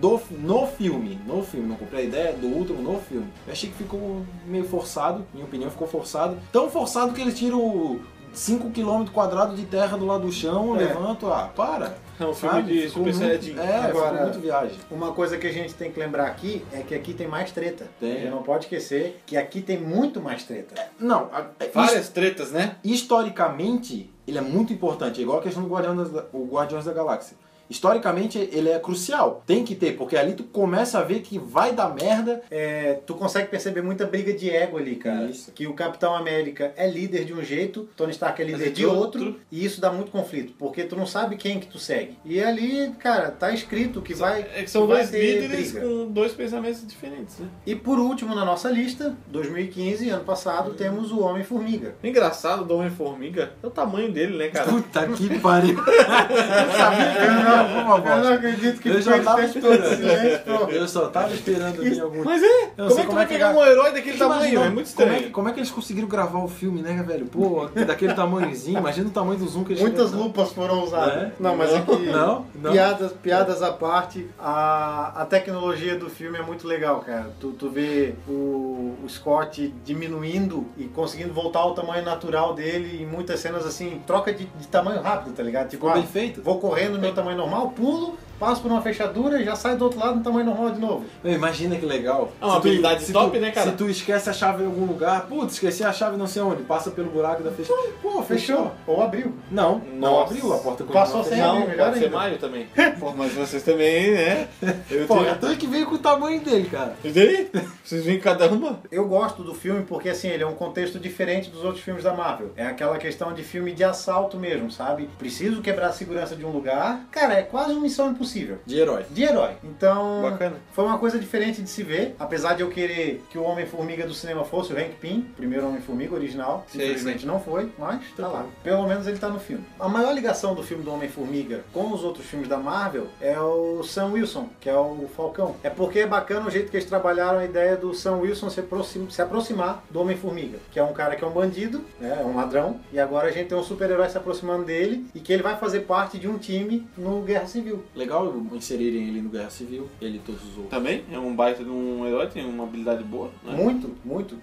S2: Do, no filme, no filme, não comprei a ideia do Ultron no filme. Eu achei que ficou meio forçado, minha opinião ficou forçado. Tão forçado que ele tira o 5 km quadrados de terra do lado do chão,
S1: É.
S2: levanto, ah, para.
S3: É um filme
S2: sabe?
S3: de
S2: Ficou
S3: Super
S2: muito-
S3: Saiyajin.
S2: É,
S1: Agora-
S2: ficou muito viagem.
S1: Uma coisa que a gente tem que lembrar aqui é que aqui tem mais treta.
S2: Tem.
S1: A gente não pode esquecer que aqui tem muito mais treta.
S2: Não, a- É, his-
S3: Várias tretas, né?
S2: historicamente, ele é muito importante, é igual a questão do Guardiões da, o Guardiões da Galáxia. Historicamente, ele é crucial. Tem que ter, porque ali tu começa a ver que vai dar merda.
S1: É, tu consegue perceber muita briga de ego ali, cara.
S2: Isso.
S1: Que o Capitão América é líder de um jeito, Tony Stark é líder
S3: Mas é
S1: de
S3: de
S1: outro,
S3: outro.
S1: e isso dá muito conflito, porque tu não sabe quem que tu segue. E ali, cara, tá escrito que vai.
S3: É que são
S1: que vai
S3: dois
S1: ter
S3: líderes
S1: briga.
S3: com dois pensamentos diferentes, né?
S1: E por último na nossa lista, 2015, ano passado, temos o Homem-Formiga.
S3: Engraçado do Homem-Formiga é o tamanho dele, né, cara?
S2: Puta que pariu. Eu sabia que ia vir alguma
S1: Eu não
S2: bosta.
S1: acredito que
S2: Eu já
S1: foi
S2: tava
S1: esse tempo todo
S2: esperando.
S1: silêncio, pô.
S2: Eu só tava esperando vir algum.
S3: Mas é,
S2: Eu não
S3: como é
S2: sei
S3: que tu
S2: como
S3: vai
S2: é que
S3: pegar
S2: dá-
S3: um herói daquele
S2: Imagina,
S3: tamanho? É muito
S2: como
S3: estranho.
S2: que- Como é que eles conseguiram gravar o filme, né, velho? Pô, daquele tamanhozinho, imagina o tamanhozinho que eles
S1: Muitas lupas foram usadas.
S2: É?
S1: Não, mas é que.
S2: Não, não.
S1: Piadas, piadas à parte, a, a tecnologia do filme é muito legal, cara. Tu, tu vê o, o Scott diminuindo e conseguindo voltar ao tamanho natural dele em muitas cenas assim, troca de, de tamanho rápido, tá ligado? Tipo,
S2: Ficou bem
S1: ah,
S2: feito.
S1: vou correndo no meu tamanho normal, pulo, passo por uma fechadura e já saio do outro lado no tamanho normal de novo.
S2: Meu, imagina que legal.
S3: É uma
S2: Se tu-
S3: habilidade
S2: se
S3: top,
S2: tu-
S3: né, cara?
S2: Se tu esquece a chave em algum lugar, putz, esqueci a chave não sei onde, passa pelo buraco da fechada. Pô,
S1: Fechou? Ou abriu.
S2: Não, não
S3: Nossa.
S2: abriu a porta. continua
S1: Passou
S2: fechada.
S1: sem
S3: Não,
S1: abrir,
S3: pode
S1: melhor
S3: ser
S1: ainda.
S3: maio também. é Pô, mas vocês também, né? Eu
S2: Pô,
S3: tenho...
S2: então é que veio com o tamanho dele, cara.
S3: Vocês aí? Vocês vêm cada uma?
S1: Eu gosto do filme porque assim, ele é um contexto diferente dos outros filmes da Marvel. É aquela questão de filme de assalto mesmo, sabe? Preciso quebrar a segurança de um lugar. Cara, é quase uma missão impossível.
S2: De herói.
S1: De herói. Então,
S3: Bacana.
S1: foi uma coisa diferente de se ver. Apesar de eu querer que o Homem-Formiga do cinema fosse o Hank Pym, o primeiro Homem-Formiga original.
S3: Sim,
S1: Infelizmente não foi, mas tá lá. Pelo menos ele tá no filme. A maior ligação do filme do Homem-Formiga com os outros filmes da Marvel é o Sam Wilson, que é o Falcão. É porque é bacana o jeito que eles trabalharam a ideia do Sam Wilson se, aproxim- se aproximar do Homem-Formiga, que é um cara que é um bandido, né, é um ladrão, e agora a gente tem um super-herói se aproximando dele e que ele vai fazer parte de um time no Guerra Civil.
S2: Legal inserirem ele no Guerra Civil, ele e todos os outros.
S3: Também, é um baita de um herói, tem uma habilidade boa, né?
S1: Muito, muito.